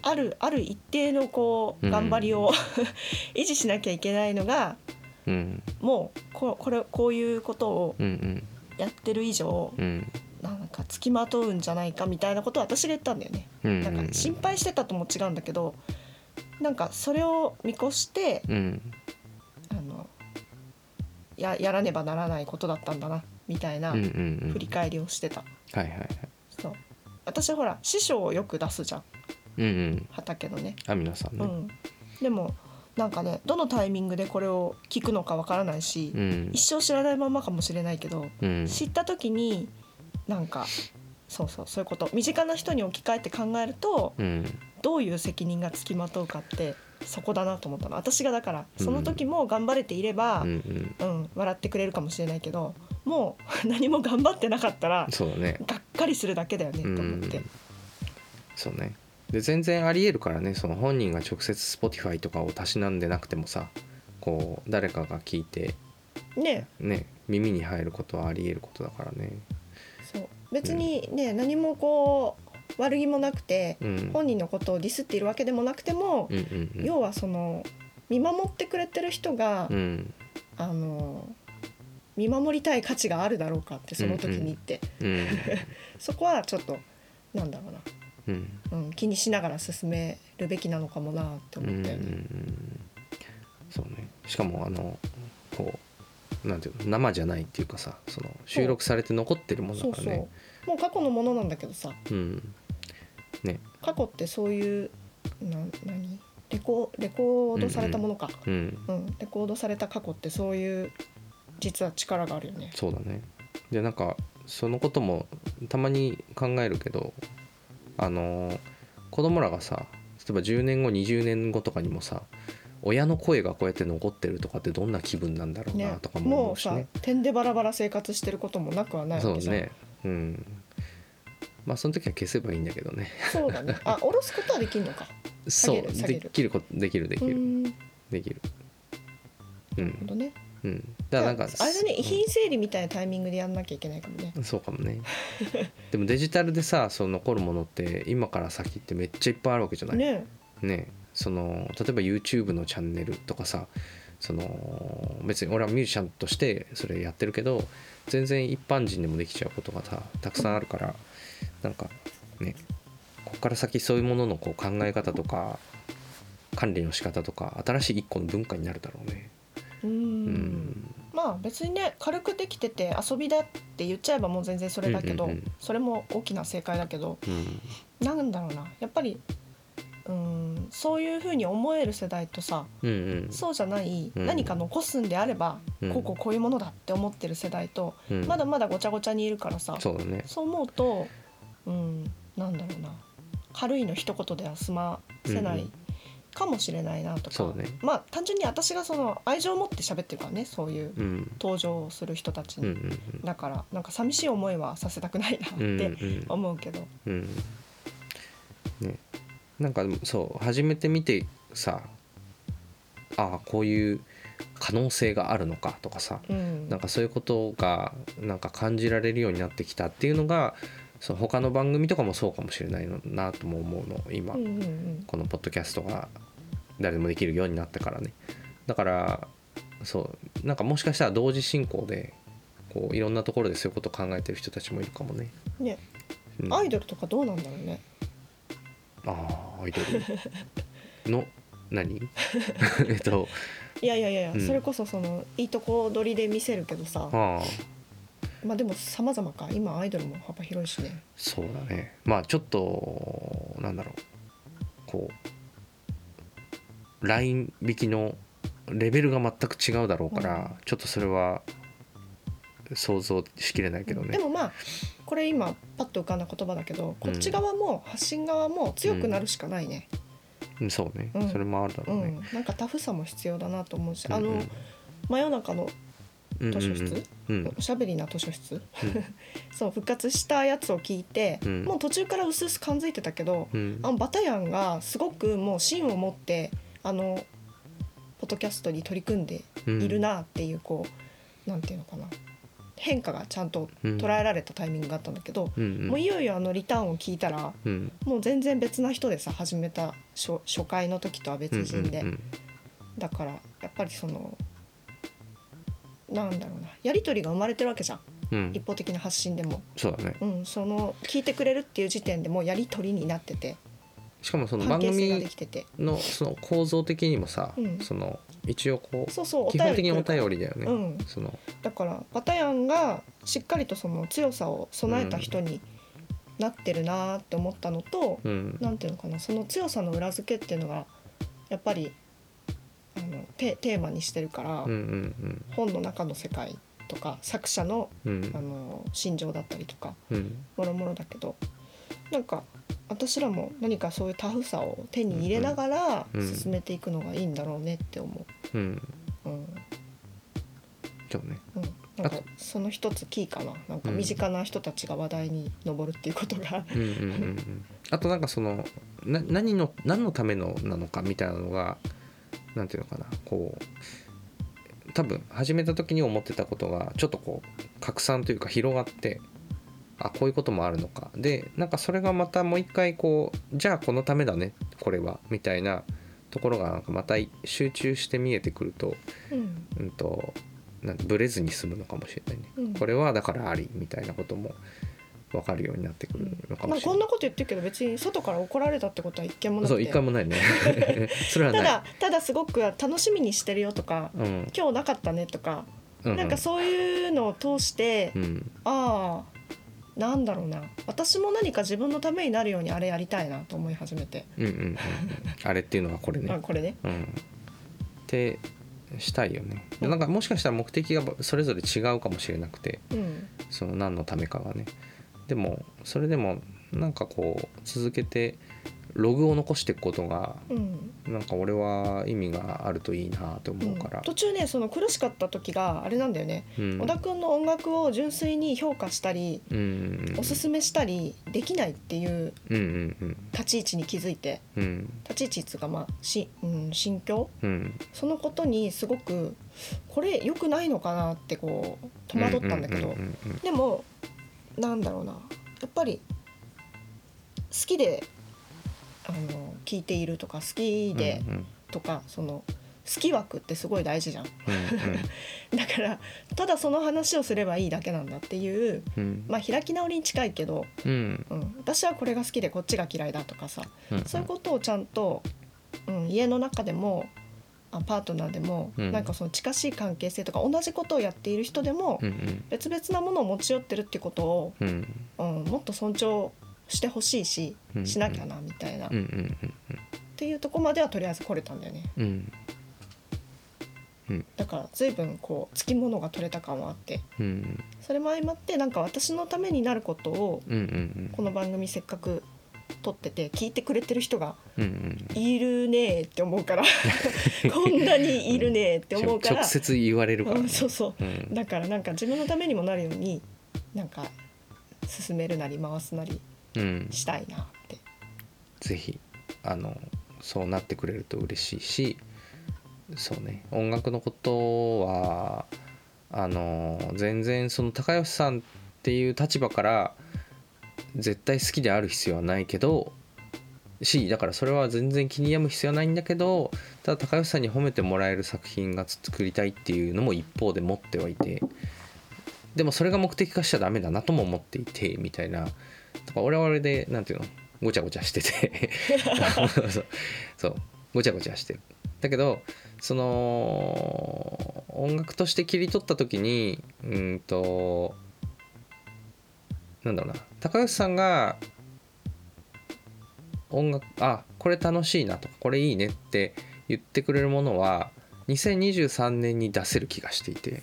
Speaker 3: あるある一定のこ
Speaker 2: う
Speaker 3: うん頑張りを、 維持しなきゃいけないのが
Speaker 2: うん
Speaker 3: もうここれこういうことを
Speaker 2: うん
Speaker 3: やってる以上
Speaker 2: うんうん
Speaker 3: なんか付きまとうんじゃないかみたいなことを私が言ったんだよね。
Speaker 2: うん
Speaker 3: なんか心配してたとも違うんだけどなんかそれを見越して
Speaker 2: うん
Speaker 3: あのややらねばならないことだったんだなみたいな
Speaker 2: うんうんうん
Speaker 3: 振り返りをしてた。
Speaker 2: はいはいはい
Speaker 3: そう私ほら師匠をよく出すじゃん
Speaker 2: うんうん
Speaker 3: 畑のね
Speaker 2: あみなさん
Speaker 3: う
Speaker 2: ね
Speaker 3: ん、でもなんかねどのタイミングでこれを聞くのかわからないし、
Speaker 2: うん
Speaker 3: 一生知らないままかもしれないけど、
Speaker 2: うん
Speaker 3: 知った時になんかそうそうそういうこと身近な人に置き換えて考えると
Speaker 2: うん
Speaker 3: どういう責任がつきまとうかってそこだなと思ったの私がだからその時も頑張れていれば、う
Speaker 2: うんん
Speaker 3: 笑ってくれるかもしれないけどもう 何も頑張ってなかったら
Speaker 2: そうだね
Speaker 3: がっかりするだけだよねと思って
Speaker 2: うんそうねで全然ありえるからねその本人が直接 Spotify とかをたしなんでなくてもさこう誰かが聞いて
Speaker 3: ね
Speaker 2: ね耳に入ることはありえることだからね
Speaker 3: そう別にね何もこう悪気もなくて
Speaker 2: うん
Speaker 3: 本人のことをディスっているわけでもなくても
Speaker 2: うんうん
Speaker 3: 要はその見守ってくれてる人が
Speaker 2: うんうん
Speaker 3: あの見守りたい価値があるだろうかってその時にって
Speaker 2: うん
Speaker 3: そこはちょっとなんだろうな
Speaker 2: うん
Speaker 3: うん、気にしながら進めるべきなのかもなって
Speaker 2: うんう
Speaker 3: 思っ
Speaker 2: ん
Speaker 3: た
Speaker 2: う
Speaker 3: よね。
Speaker 2: んそうねしかもあのこうなんていうの生じゃないっていうかさその収録されて残ってるもの
Speaker 3: そ
Speaker 2: だ
Speaker 3: う
Speaker 2: か
Speaker 3: そ
Speaker 2: ら
Speaker 3: う
Speaker 2: ね
Speaker 3: もう過去のものなんだけどさ
Speaker 2: うん
Speaker 3: 過去ってそういうな何レコレコードされたものか、
Speaker 2: うん
Speaker 3: うんレコードされた過去ってそういう実は力があるよね。
Speaker 2: そうだねでなんかそのこともたまに考えるけどあのー子供らがさ例えば10年後20年後とかにもさ親の声がこうやって残ってるとかってどんな気分なんだろうな
Speaker 3: ね
Speaker 2: とかも
Speaker 3: も
Speaker 2: 思う
Speaker 3: う
Speaker 2: し
Speaker 3: さ、
Speaker 2: ね。
Speaker 3: 点でバラバラ生活してることもなくはない
Speaker 2: そ
Speaker 3: わ
Speaker 2: う
Speaker 3: けじゃん
Speaker 2: ねうんまあその時は消せばいいんだけどね
Speaker 3: そうだねあ下ろすことはできるのか
Speaker 2: そう
Speaker 3: 下げ
Speaker 2: で
Speaker 3: る
Speaker 2: きることできるで
Speaker 3: う
Speaker 2: き
Speaker 3: ー
Speaker 2: る
Speaker 3: んな
Speaker 2: できるう
Speaker 3: るほ
Speaker 2: ん
Speaker 3: どね
Speaker 2: うんだからなんか
Speaker 3: じゃああれだね遺品整理みたいなタイミングでやんなきゃいけないかもね
Speaker 2: そうかも ねでもデジタルでさその残るものって今から先ってめっちゃいっぱいあるわけじゃないね
Speaker 3: ね
Speaker 2: その例えば YouTube のチャンネルとかさその別に俺はミュージシャンとしてそれやってるけど全然一般人でもできちゃうことがたたくさんあるからなんかねここから先そういうもののこう考え方とか管理の仕方とか新しい一個の文化になるだろうね。
Speaker 3: うー
Speaker 2: うん
Speaker 3: まあ別にね軽くできてて遊びだって言っちゃえばもう全然それだけど、
Speaker 2: うんうんうん
Speaker 3: それも大きな正解だけど
Speaker 2: うん
Speaker 3: なんだろうなやっぱりうーんそういうふうに思える世代とさ
Speaker 2: うんうん
Speaker 3: そうじゃない、
Speaker 2: うん
Speaker 3: 何か残すんであれば、
Speaker 2: うん
Speaker 3: こうこうこういうものだって思ってる世代と、
Speaker 2: うん
Speaker 3: まだまだごちゃごちゃにいるからさ
Speaker 2: そうだね
Speaker 3: そう思うとうんなんだろうな軽いの一言では済ませな
Speaker 2: うんう
Speaker 3: い
Speaker 2: ん
Speaker 3: かもしれないなとか、
Speaker 2: そうね
Speaker 3: まあ単純に私がその愛情を持って喋ってるからねそういう
Speaker 2: うん
Speaker 3: 登場する人たち
Speaker 2: うん
Speaker 3: に、
Speaker 2: うん
Speaker 3: だからなんか寂しい思いはさせたくないなっ
Speaker 2: うんうん
Speaker 3: て思うけど、
Speaker 2: うんうんねなんかでもそう初めて見てさああこういう可能性があるのかとかさ
Speaker 3: うん
Speaker 2: なんかそういうことがなんか感じられるようになってきたっていうのがその他の番組とかもそうかもしれないのなとも思うの今、
Speaker 3: うんうんうん
Speaker 2: このポッドキャストが誰でもできるようになったからねだからそうなんかもしかしたら同時進行でこういろんなところでそういうことを考えてる人たちもいるかもね。
Speaker 3: ね
Speaker 2: うん
Speaker 3: アイドルとかどうなんだろうね
Speaker 2: ああアイドルの 何えっと
Speaker 3: いやいやいや、
Speaker 2: うん
Speaker 3: それこそそのいいとこ取りで見せるけどさ
Speaker 2: ああ
Speaker 3: まあでも様々か今アイドルも幅広いしね
Speaker 2: そうだねまあちょっとなんだろうこうライン引きのレベルが全く違うだろうから、
Speaker 3: うん
Speaker 2: ちょっとそれは想像しきれないけどね
Speaker 3: で。もまあこれ今パッと浮かんだ言葉だけどこっち側も発信側も強くなるしかないね、
Speaker 2: うんそうね、
Speaker 3: うん
Speaker 2: それもあるだ
Speaker 3: う
Speaker 2: ろ
Speaker 3: ん
Speaker 2: うね。
Speaker 3: なんかタフさも必要だなと思うし、あ
Speaker 2: うんうん
Speaker 3: の真夜中の
Speaker 2: うん
Speaker 3: 図書室
Speaker 2: うん
Speaker 3: おしゃべりな図書室 そう復活したやつを聞いて、
Speaker 2: うん
Speaker 3: もう途中からうすうす感づいてたけど、
Speaker 2: うん
Speaker 3: あのバタヤンがすごくもう芯を持ってあのポッドキャストに取り組んで
Speaker 2: うん
Speaker 3: いるなっていうこう、なんていうのかな変化がちゃんと捉えられたタイミングがあったんだけど、
Speaker 2: うんうん
Speaker 3: もういよいよあのリターンを聞いたら
Speaker 2: うん
Speaker 3: もう全然別な人でさ始めた初初回の時とは別人で、
Speaker 2: うんうん
Speaker 3: だからやっぱりそのなんだろうなやり取りが生まれてるわけじゃん
Speaker 2: うんうん
Speaker 3: 一方的な発信でも、
Speaker 2: そうだね
Speaker 3: うん、その聞いてくれるっていう時点でもうやり取りになってて
Speaker 2: しかもその
Speaker 3: 関
Speaker 2: 番
Speaker 3: 係性が
Speaker 2: 組
Speaker 3: できてて
Speaker 2: のその構造的にもさ、
Speaker 3: うん
Speaker 2: その一応こ
Speaker 3: そうそう
Speaker 2: う基本的にお
Speaker 3: 来る
Speaker 2: 便りだよね、
Speaker 3: うん
Speaker 2: その
Speaker 3: だからバタヤンがしっかりとその強さを備えた人になってるなーって思ったのと、
Speaker 2: うん
Speaker 3: なんていうのかなその強さの裏付けっていうのがやっぱりあのテテーマにしてるから、
Speaker 2: うんうん
Speaker 3: 本の中の世界とか作者の
Speaker 2: うんう
Speaker 3: あ
Speaker 2: ん
Speaker 3: の心情だったりとか
Speaker 2: うん
Speaker 3: もろもろだけどなんか私らも何かそういうタフさを手に入れながら
Speaker 2: うんうん
Speaker 3: 進めていくのがいいんだろうねって思
Speaker 2: うん
Speaker 3: う。うん
Speaker 2: そうね
Speaker 3: うんなんか
Speaker 2: あと
Speaker 3: その一つキーかななんか身近な人たちが話題に上るっていうことが、
Speaker 2: うんうんうんうんあとなんかそのな何の何のためのなのかみたいなのがなんていうのかなこう多分始めた時に思ってたことがちょっとこう拡散というか広がってあこういうこともあるのかでなんかそれがまたもう一回こうじゃあこのためだねこれはみたいなところがなんかまた集中して見えてくると
Speaker 3: うん
Speaker 2: うんとなんブレずに済むのかもしれないね、
Speaker 3: うん
Speaker 2: これはだからありみたいなことも分かるようになってくるのか
Speaker 3: ま
Speaker 2: も
Speaker 3: あ、
Speaker 2: しれ
Speaker 3: こ
Speaker 2: ない
Speaker 3: んなこと言ってるけど別に外から怒られたってことは一件もなく
Speaker 2: そう
Speaker 3: て
Speaker 2: 一回もないね それは
Speaker 3: た
Speaker 2: ない
Speaker 3: だただすごく楽しみにしてるよとか
Speaker 2: うん
Speaker 3: 今日なかったねとか、
Speaker 2: う
Speaker 3: なんかそういうのを通して、
Speaker 2: うん
Speaker 3: ああなんだろうな私も何か自分のためになるようにあれやりたいなと思い始めて、
Speaker 2: うんうんうんあれっていうのはこれ
Speaker 3: あ
Speaker 2: ね
Speaker 3: これね
Speaker 2: うんってしたいよねで
Speaker 3: うん
Speaker 2: なんかもしかしたら目的がそれぞれ違うかもしれなくて
Speaker 3: うん
Speaker 2: その何のためかがねでもそれでもなんかこう続けてログを残していくことが
Speaker 3: うん
Speaker 2: なんか俺は意味があるといいなと思うから、
Speaker 3: 途中ねその苦しかった時があれなんだよね、
Speaker 2: うん
Speaker 3: 小田君の音楽を純粋に評価したり、
Speaker 2: うんうんうん
Speaker 3: おすすめしたりできないっていう
Speaker 2: うんうん
Speaker 3: 立ち位置に気づいて
Speaker 2: うんうん
Speaker 3: 立ち位置っていうかまあし、うん、心境
Speaker 2: うん
Speaker 3: そのことにすごくこれ良くないのかなってこう戸惑ったんだけど、
Speaker 2: ううんうん
Speaker 3: でもなんだろうなやっぱり好きであの聞いているとか好き
Speaker 2: うん
Speaker 3: で
Speaker 2: うん
Speaker 3: とか、その好き枠ってすごい大事じゃん
Speaker 2: うん
Speaker 3: だからただその話をすればいいだけなんだっていう
Speaker 2: うん
Speaker 3: まあ開き直りに近いけど、
Speaker 2: うん
Speaker 3: うん、私はこれが好きでこっちが嫌いだとかさ
Speaker 2: うん
Speaker 3: そういうことをちゃんと、うん、家の中でもあパートナーでも、
Speaker 2: うん
Speaker 3: なんかその近しい関係性とか同じことをやっている人でも、
Speaker 2: うん
Speaker 3: 別々なものを持ち寄ってるってことを
Speaker 2: うんうん
Speaker 3: うん、もっと尊重してほしいし
Speaker 2: うん
Speaker 3: しなきゃなみたいな、
Speaker 2: うんう
Speaker 3: っ
Speaker 2: ん
Speaker 3: ていうとこまではとりあえず来れたんだよね
Speaker 2: うんうん
Speaker 3: だから随分こうつきものが取れた感はあって
Speaker 2: うん
Speaker 3: それも相まってなんか私のためになることを
Speaker 2: うんうん
Speaker 3: この番組せっかく撮ってて聞いてくれてる人が
Speaker 2: うんうん
Speaker 3: いるねーって思う からこんなにいるねーって思うから
Speaker 2: 直接言われるから
Speaker 3: う
Speaker 2: ね
Speaker 3: ん、そうそううんだからなんか自分のためにもなるようになんか進めるなり回すなり
Speaker 2: うん
Speaker 3: したいなって
Speaker 2: ぜひあのそうなってくれると嬉しいしそうね音楽のことはあの全然その高吉さんっていう立場から絶対好きである必要はないけどしだからそれは全然気に病む必要はないんだけどただ高吉さんに褒めてもらえる作品が作りたいっていうのも一方で持ってはいてでもそれが目的化しちゃダメだなとも思っていてみたいなだから俺は俺でなんていうのごちゃごちゃして てそうそうごちゃごちゃしてるだけどその音楽として切り取った時にうーんとなんだろうな高橋さんが音楽あこれ楽しいなとかこれいいねって言ってくれるものは2023年に出せる気がしていて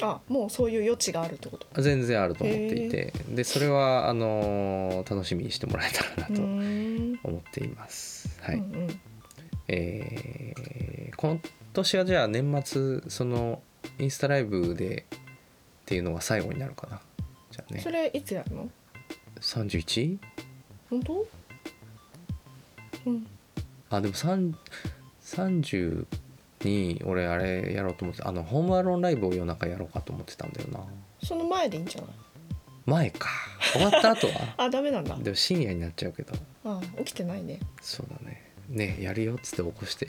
Speaker 3: あもうそういう余地があるってこと
Speaker 2: 全然あると思っていてでそれはあのー楽しみにしてもらえたら
Speaker 3: う
Speaker 2: なと
Speaker 3: ーん
Speaker 2: 思っています。はい、
Speaker 3: うんうん
Speaker 2: えー今年はじゃあ年末そのインスタライブでっていうのが最後になるかなじゃあね
Speaker 3: それいつやるの
Speaker 2: 31?
Speaker 3: 本当うん
Speaker 2: あでも3 30に俺あれやろうと思ってあのホームアローンライブを夜中やろうかと思ってたんだよな
Speaker 3: その前でいいんじゃない
Speaker 2: 前か終わった後は
Speaker 3: あダメなんだ
Speaker 2: でも深夜になっちゃうけど
Speaker 3: あ起きてな いね
Speaker 2: そうだねねやるよっつって起こして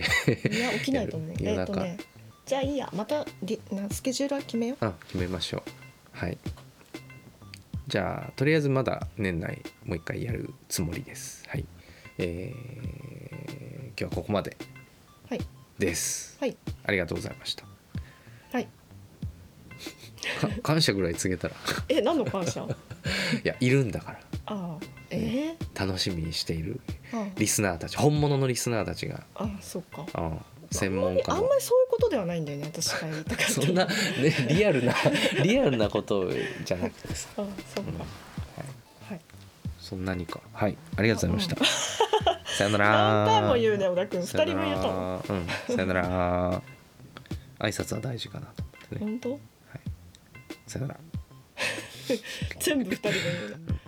Speaker 3: いや起きないと思う
Speaker 2: 夜
Speaker 3: えっ
Speaker 2: 中
Speaker 3: とねじゃあいいやまたでなスケジュールは決めよ
Speaker 2: あ決めましょうはいじゃあとりあえずまだ年内もう一回やるつもりですはいえー今日はここまで
Speaker 3: はい
Speaker 2: です
Speaker 3: はい
Speaker 2: ありがとうございました
Speaker 3: はい
Speaker 2: か 感謝ぐらい告げたら
Speaker 3: え何の感謝
Speaker 2: いやいるんだから
Speaker 3: あえ
Speaker 2: 楽しみにしている
Speaker 3: ー、
Speaker 2: リスナーたち本物のリスナーたちが、
Speaker 3: ああそうか
Speaker 2: うん、専門家
Speaker 3: あん
Speaker 2: の
Speaker 3: まりそういうことではないんだよね私が言いたかった
Speaker 2: そんな、ね、リアルな リアルなことじゃなくてさ、
Speaker 3: あそう
Speaker 2: うんは
Speaker 3: か
Speaker 2: い、
Speaker 3: はい
Speaker 2: そんなにかはいありがとうございま したさよなら
Speaker 3: 何回も言うね小田君二
Speaker 2: さ
Speaker 3: 人
Speaker 2: よ
Speaker 3: 分
Speaker 2: な
Speaker 3: 言ったの
Speaker 2: らうんさよなら挨拶は大事かなと思ってね、
Speaker 3: 本当
Speaker 2: はいさよなら
Speaker 3: 全部二人で言うの